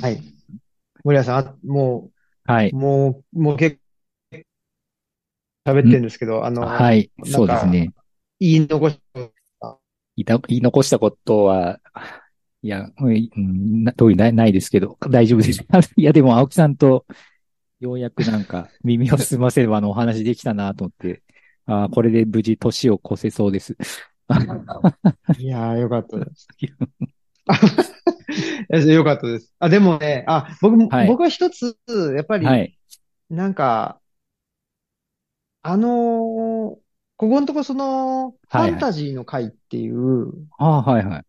Speaker 1: はい。森谷さん、もう、
Speaker 2: はい。
Speaker 1: もう、もう結構、喋ってるんですけど、あの、
Speaker 2: はい、そうですね。
Speaker 1: 言い残した
Speaker 2: 言い残したことは、いや、うん、特にないないですけど、大丈夫です。 *laughs* いや、でも、青木さんと、ようやくなん
Speaker 1: *laughs*
Speaker 2: か、耳を澄ませばのお話できたなと思って、あこれで無事、年を越せそうです。 *laughs*
Speaker 1: いやー、よかったです。よかったです。あ、でもね、あ、僕も、はい、僕は一つ、やっぱり、
Speaker 2: はい、
Speaker 1: なんか、あのー、ここのとこその、ファンタジーの会っていう、
Speaker 2: はいはい、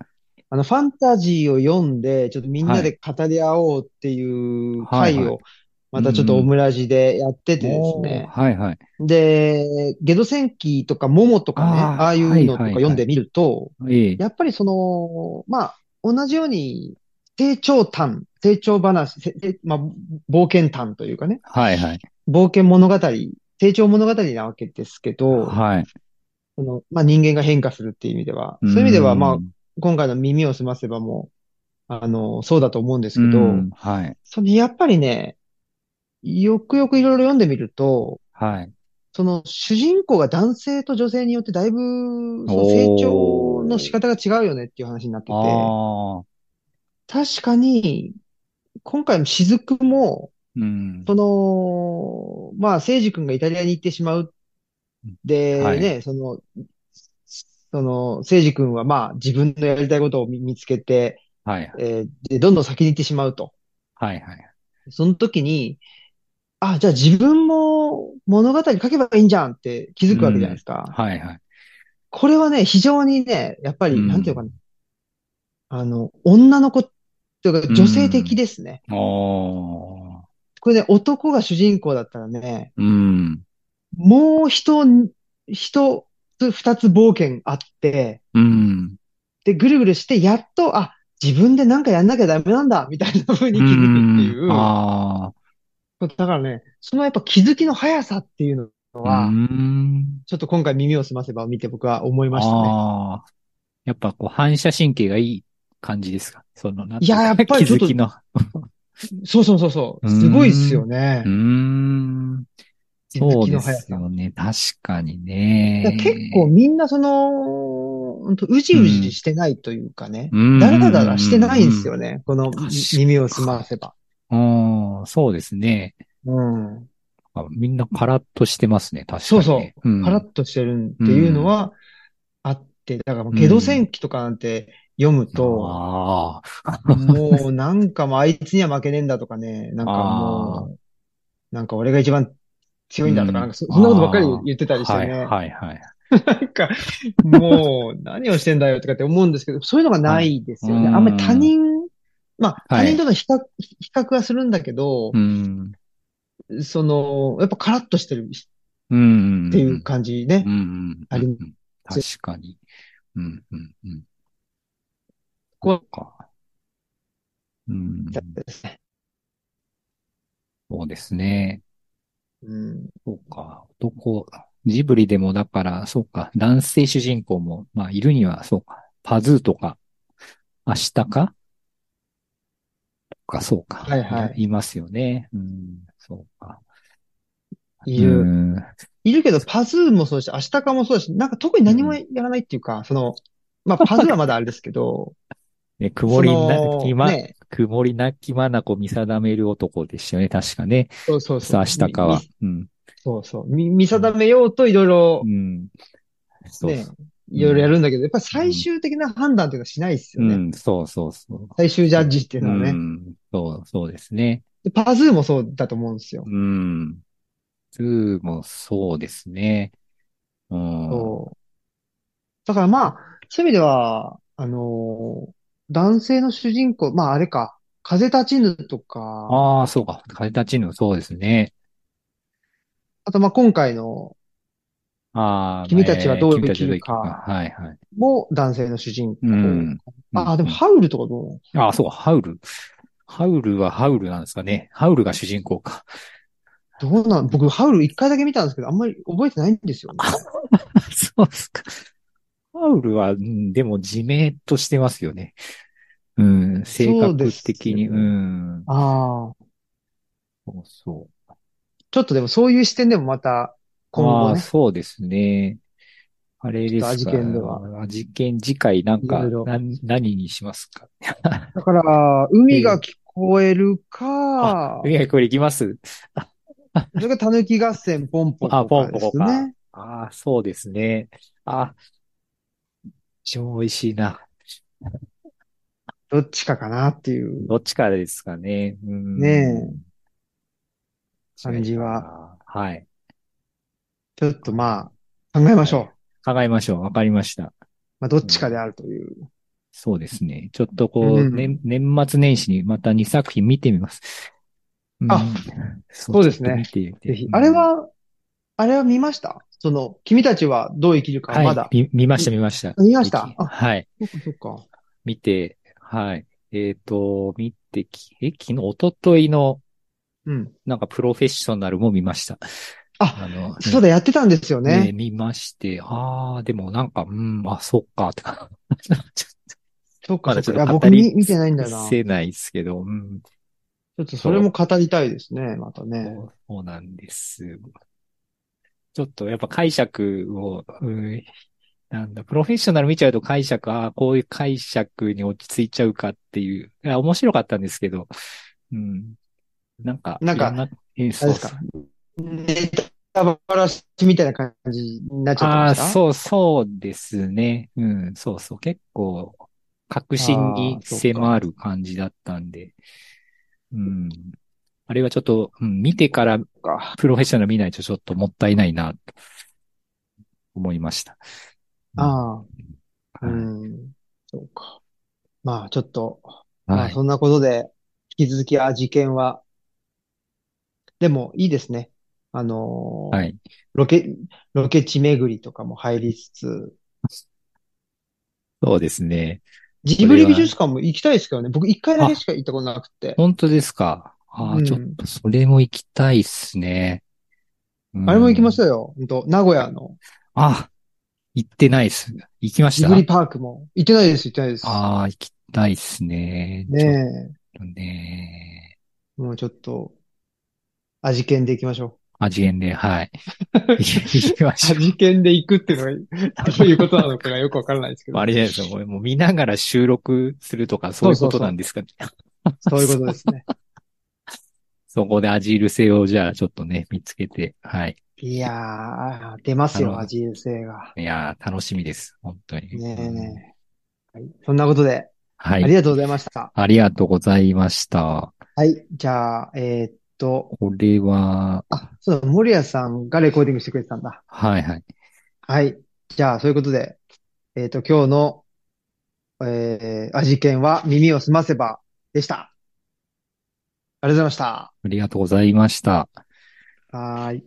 Speaker 1: あの、ファンタジーを読んで、ちょっとみんなで語り合おうっていう会を、またちょっとオムラジでやっててですね。
Speaker 2: はいはい。
Speaker 1: で、ゲド戦記とかモモとかね、ああいうのとか読んでみると、やっぱりその、まあ、同じように、成長譚、成長話、まあ、冒険譚というかね。
Speaker 2: はいはい。
Speaker 1: 冒険物語、成長物語なわけですけど、
Speaker 2: はい。
Speaker 1: その、まあ、人間が変化するっていう意味では、そういう意味では、まあ、今回の耳を澄ませばもう、あの、そうだと思うんですけど、
Speaker 2: はい。
Speaker 1: その、やっぱりね、よくよくいろいろ読んでみると、
Speaker 2: はい。
Speaker 1: その主人公が男性と女性によってだいぶ、その成長の仕方が違うよねっていう話になってて、
Speaker 2: ああ、
Speaker 1: 確かに、今回の雫も、
Speaker 2: うん。
Speaker 1: その、まあ、聖司君がイタリアに行ってしまう。で、
Speaker 2: はい
Speaker 1: ね、その、その、聖司君はまあ、自分のやりたいことを見見つけて、
Speaker 2: はい、
Speaker 1: えーで、どんどん先に行ってしまうと。
Speaker 2: はい、はい。
Speaker 1: その時に、あ、じゃあ自分も物語書けばいいんじゃんって気づくわけじゃないですか。
Speaker 2: はい、はい。
Speaker 1: これはね、非常にね、やっぱり、
Speaker 2: うん
Speaker 1: なんていうのかな。あの、女の子というか女性的ですね。
Speaker 2: おー。
Speaker 1: これね、男が主人公だったらね、
Speaker 2: うん。
Speaker 1: もう一、一つ、二つ冒険あって、
Speaker 2: うん。
Speaker 1: で、ぐるぐるして、やっと、あ、自分でなんかやんなきゃダメなんだ、みたいな風に気づくっていうう。
Speaker 2: んあ
Speaker 1: だからね、そのやっぱ気づきの速さっていうの
Speaker 2: あ。
Speaker 1: は、
Speaker 2: うん。
Speaker 1: ちょっと今回耳を澄ませば見て僕は思いましたね。
Speaker 2: ああ。やっぱこう反射神経がいい感じですかその、なんて
Speaker 1: いや
Speaker 2: うか
Speaker 1: やっぱり
Speaker 2: 気
Speaker 1: ちょ
Speaker 2: づ
Speaker 1: っと
Speaker 2: きの。
Speaker 1: そうそうそうそう。
Speaker 2: うん
Speaker 1: すごいっすよね
Speaker 2: うー。ん。
Speaker 1: 気づ
Speaker 2: そ
Speaker 1: き
Speaker 2: う
Speaker 1: の
Speaker 2: で
Speaker 1: 速
Speaker 2: す
Speaker 1: さ。
Speaker 2: よね。確かに
Speaker 1: だから
Speaker 2: ね。
Speaker 1: 結構、みんなその、ほんとうじうじしてないというかね。
Speaker 2: うん
Speaker 1: だらだらしてないんですよ
Speaker 2: ね。
Speaker 1: ね。この
Speaker 2: 確か
Speaker 1: 耳を澄ませば。
Speaker 2: うん、そうですね。
Speaker 1: うん。
Speaker 2: あみんなカラッとしてますね。確かに、ね。。
Speaker 1: そうそう
Speaker 2: ん、
Speaker 1: カラッとしてるっていうのはあって、だからもうゲド戦記とかなんて読むと、
Speaker 2: ああ。
Speaker 1: もうなんかもうあいつには負けねえんだとかね、なんかもう、なんか俺が一番強いんだと
Speaker 2: うん
Speaker 1: か、なんかそそんなことばっかり言ってたりして
Speaker 2: はい、
Speaker 1: ね。
Speaker 2: はい、はい。
Speaker 1: なんか、もう、何をしてんだよとかって思うんですけど、そういうのがないですよね。
Speaker 2: はい
Speaker 1: あんまり他人、まあ、
Speaker 2: は
Speaker 1: 他
Speaker 2: い
Speaker 1: 人との比較、比較はするんだけど
Speaker 2: う、ん。
Speaker 1: その、やっぱカラッとしてる
Speaker 2: うん。
Speaker 1: っていう感じね
Speaker 2: う。んうん。
Speaker 1: あり
Speaker 2: うん確かに。うん、うん、うん。
Speaker 1: こう
Speaker 2: か。うん。
Speaker 1: だったですね。
Speaker 2: そうですね。
Speaker 1: うん。
Speaker 2: そうか。男、ジブリでもだから、そうか。男性主人公も、まあ、いるには、そうか。パズーとか、明日かか、そうか。。
Speaker 1: はいはい
Speaker 2: いますよね。うん。そうか。
Speaker 1: いる。
Speaker 2: うん
Speaker 1: いるけど、パズーもそうだし、明日かもそうだし、なんか特に何もやらないっていうか、その、まあ、パズーはまだあれですけ
Speaker 2: *laughs*
Speaker 1: ど、
Speaker 2: ね、曇りな
Speaker 1: その
Speaker 2: きま、
Speaker 1: ね
Speaker 2: 曇りなきまなこ見定める男でしたよね。確かね。
Speaker 1: そうそうそう。
Speaker 2: さあ、明日かは
Speaker 1: み。
Speaker 2: うん。
Speaker 1: そうそう。み見定めようといろいろ
Speaker 2: う、ん。そう
Speaker 1: ね
Speaker 2: そう。、
Speaker 1: いろいろやるんだけど、やっぱり最終的な判断っていうのはしないですよね。
Speaker 2: うん、そうそうそう。
Speaker 1: 最終ジャッジっていう
Speaker 2: う
Speaker 1: のはね。
Speaker 2: ん、そう、そうですね。
Speaker 1: でパズーもそうだと思うんですよ。
Speaker 2: うん。ツーもそうですね。うん。
Speaker 1: そうだからまあ、そういう意味では、あのー男性の主人公、まああれか、風立ちぬとか、あ
Speaker 2: ああ、そうか。風立ちぬ、そうですね。
Speaker 1: とまあ今回の
Speaker 2: ああ、
Speaker 1: 君たちはどう
Speaker 2: えー君たちはど
Speaker 1: 生きる
Speaker 2: う
Speaker 1: か
Speaker 2: はいはい。
Speaker 1: も男性の主人公。
Speaker 2: うん。
Speaker 1: ああ、でもハウルとかどう
Speaker 2: ああ、そうか、ハウル。ハウルはハウルなんですかね。ハウルが主人公か。
Speaker 1: どうなん、僕ハウル一回だけ見たんですけど、あんまり覚えてないんですよね。 *laughs*
Speaker 2: そうっすか。ハウルは、うんでも、自明としてますよね。うん、性
Speaker 1: そう
Speaker 2: 格
Speaker 1: です
Speaker 2: 的に。
Speaker 1: よ
Speaker 2: う
Speaker 1: ね
Speaker 2: ん。
Speaker 1: ああ、
Speaker 2: そうそう。
Speaker 1: ちょっとでもそういう視点でもまた、今後
Speaker 2: ああ、
Speaker 1: ね、
Speaker 2: そうですね。あれですか。
Speaker 1: ちょっと味見では
Speaker 2: あ。味見次回なんか、
Speaker 1: いろいろ
Speaker 2: なん何にしますか。
Speaker 1: だから、海が聞こえるか、
Speaker 2: いや、これいきます。
Speaker 1: それがたぬき合戦ポンポコ
Speaker 2: あ、ポン
Speaker 1: で
Speaker 2: ポ
Speaker 1: す
Speaker 2: コ
Speaker 1: ね
Speaker 2: か。。ああ、そうですね。あ、超美味しいな。
Speaker 1: どっちかかなっていう。
Speaker 2: どっちからですかね。うん。
Speaker 1: ねえ
Speaker 2: 違いかな
Speaker 1: 感じは。
Speaker 2: はい。
Speaker 1: ちょっとまあ、考えましょう。
Speaker 2: はい考えましょう。わかりました。
Speaker 1: まあ、どっちかであるという。
Speaker 2: そうですね。ちょっとこ
Speaker 1: う
Speaker 2: う、
Speaker 1: ん
Speaker 2: 年年末年始にまた2作品見てみます。うん
Speaker 1: あ、そうですね
Speaker 2: ちょっと見て
Speaker 1: ぜひ。あれは、あれは見ましたその、君たちはどう生きるか、
Speaker 2: はい、
Speaker 1: まだ。
Speaker 2: 見、見ました、見ました。
Speaker 1: 見ましたあ
Speaker 2: はい。
Speaker 1: そっかそっか。
Speaker 2: 見て、はい。えっ、と、見てき、え、昨日、一昨日の、
Speaker 1: うん。
Speaker 2: なんかプロフェッショナルも見ました。
Speaker 1: あ、
Speaker 2: の、
Speaker 1: そうだ、やってたんですよ
Speaker 2: ね、
Speaker 1: ね。
Speaker 2: 見まして、ああ、でもなんか、うん、あ、そっか、 *laughs* とか。ちょっ
Speaker 1: そっ
Speaker 2: ま
Speaker 1: か、そ
Speaker 2: だ
Speaker 1: っか。
Speaker 2: ちょ
Speaker 1: いや、
Speaker 2: っと
Speaker 1: 僕
Speaker 2: 語り
Speaker 1: 見見てないんだよな。
Speaker 2: と
Speaker 1: ち
Speaker 2: せないですけど、うん。
Speaker 1: ょっとそれも語りたいですね、また
Speaker 2: そ
Speaker 1: ね。
Speaker 2: うそうなんです。ちちょっとやっぱ解釈を、うんなんだ、プロフェッショナル見ちゃうと解釈、ああ、こういう解釈に落ち着いちゃうかっていう、いや、面白かったんですけど、うん。なんか、
Speaker 1: なんか
Speaker 2: いろな、えー
Speaker 1: あ
Speaker 2: そ
Speaker 1: れ
Speaker 2: う
Speaker 1: です
Speaker 2: そう
Speaker 1: か。ネタバラシみたいな感じになっちゃったん
Speaker 2: あ
Speaker 1: で
Speaker 2: あ、
Speaker 1: すか
Speaker 2: そう、そうですね。うん、そうそう。結構、核心に
Speaker 1: あーそうか
Speaker 2: 迫る感じだったんで。うん。あれはちょっと、うん、見てから
Speaker 1: か
Speaker 2: プロフェッショナル見ないとちょっともったいないな、と思いました。
Speaker 1: ああ、う
Speaker 2: はい
Speaker 1: ん。そうか。まあ、ちょっと、ま
Speaker 2: は
Speaker 1: あ、
Speaker 2: い。
Speaker 1: そんなことで、引き続き、あ、事件は、でも、いいですね。あのー
Speaker 2: はい。
Speaker 1: ロケ、ロケ地巡りとかも入りつつ、
Speaker 2: そうですね。
Speaker 1: ジブリ美術館も行きたいですけどね。僕、一回だけしか行ったことなくて。
Speaker 2: 本当ですか。ああ、
Speaker 1: うん
Speaker 2: ちょっとそれも行きたいっすね。うん
Speaker 1: あれも行きましたよ。本当名古屋の
Speaker 2: あ、行ってないっす。行きまし
Speaker 1: ジ
Speaker 2: た
Speaker 1: ブリパークも。行ってないです、行ってないです。
Speaker 2: ああ、行きたいっすね。ちょっ
Speaker 1: ね
Speaker 2: とね。
Speaker 1: え、もうちょっと、味見で行きまし *laughs* ょ
Speaker 2: 味変で、
Speaker 1: *laughs*
Speaker 2: はい。行きま
Speaker 1: う。
Speaker 2: しょ
Speaker 1: 味見で行くっていうのが、 *laughs* どういうことなのかがよくわからないですけ
Speaker 2: う。
Speaker 1: ど。
Speaker 2: あれじゃないですか。もうもう見ながら収録するとか、そういう
Speaker 1: そ
Speaker 2: こ
Speaker 1: うそ
Speaker 2: と
Speaker 1: うそう
Speaker 2: なんですかね。
Speaker 1: *laughs* そういうことですね。
Speaker 2: そこで味入る性をじゃあちょっとね、見つけて、はい。
Speaker 1: いやー、出ます
Speaker 2: なるほ
Speaker 1: よ、
Speaker 2: ど
Speaker 1: 味優勢が。
Speaker 2: いやー、楽しみです。本当に。
Speaker 1: ねえ
Speaker 2: うん
Speaker 1: ねえ。はい。そんなことで、
Speaker 2: は
Speaker 1: あり
Speaker 2: い。
Speaker 1: がとうございました。
Speaker 2: ありがとうございました。
Speaker 1: はい。じゃあ、えーっと、
Speaker 2: これは、
Speaker 1: あ、そうだ、森谷さんがレコーディングしてくれてたんだ。
Speaker 2: はいはい。
Speaker 1: はい。じゃあ、そういうことで、えーっと、今日の、えー、味見は耳をすませばでした。ありがとうございました。
Speaker 2: ありがとうございました。
Speaker 1: はーい。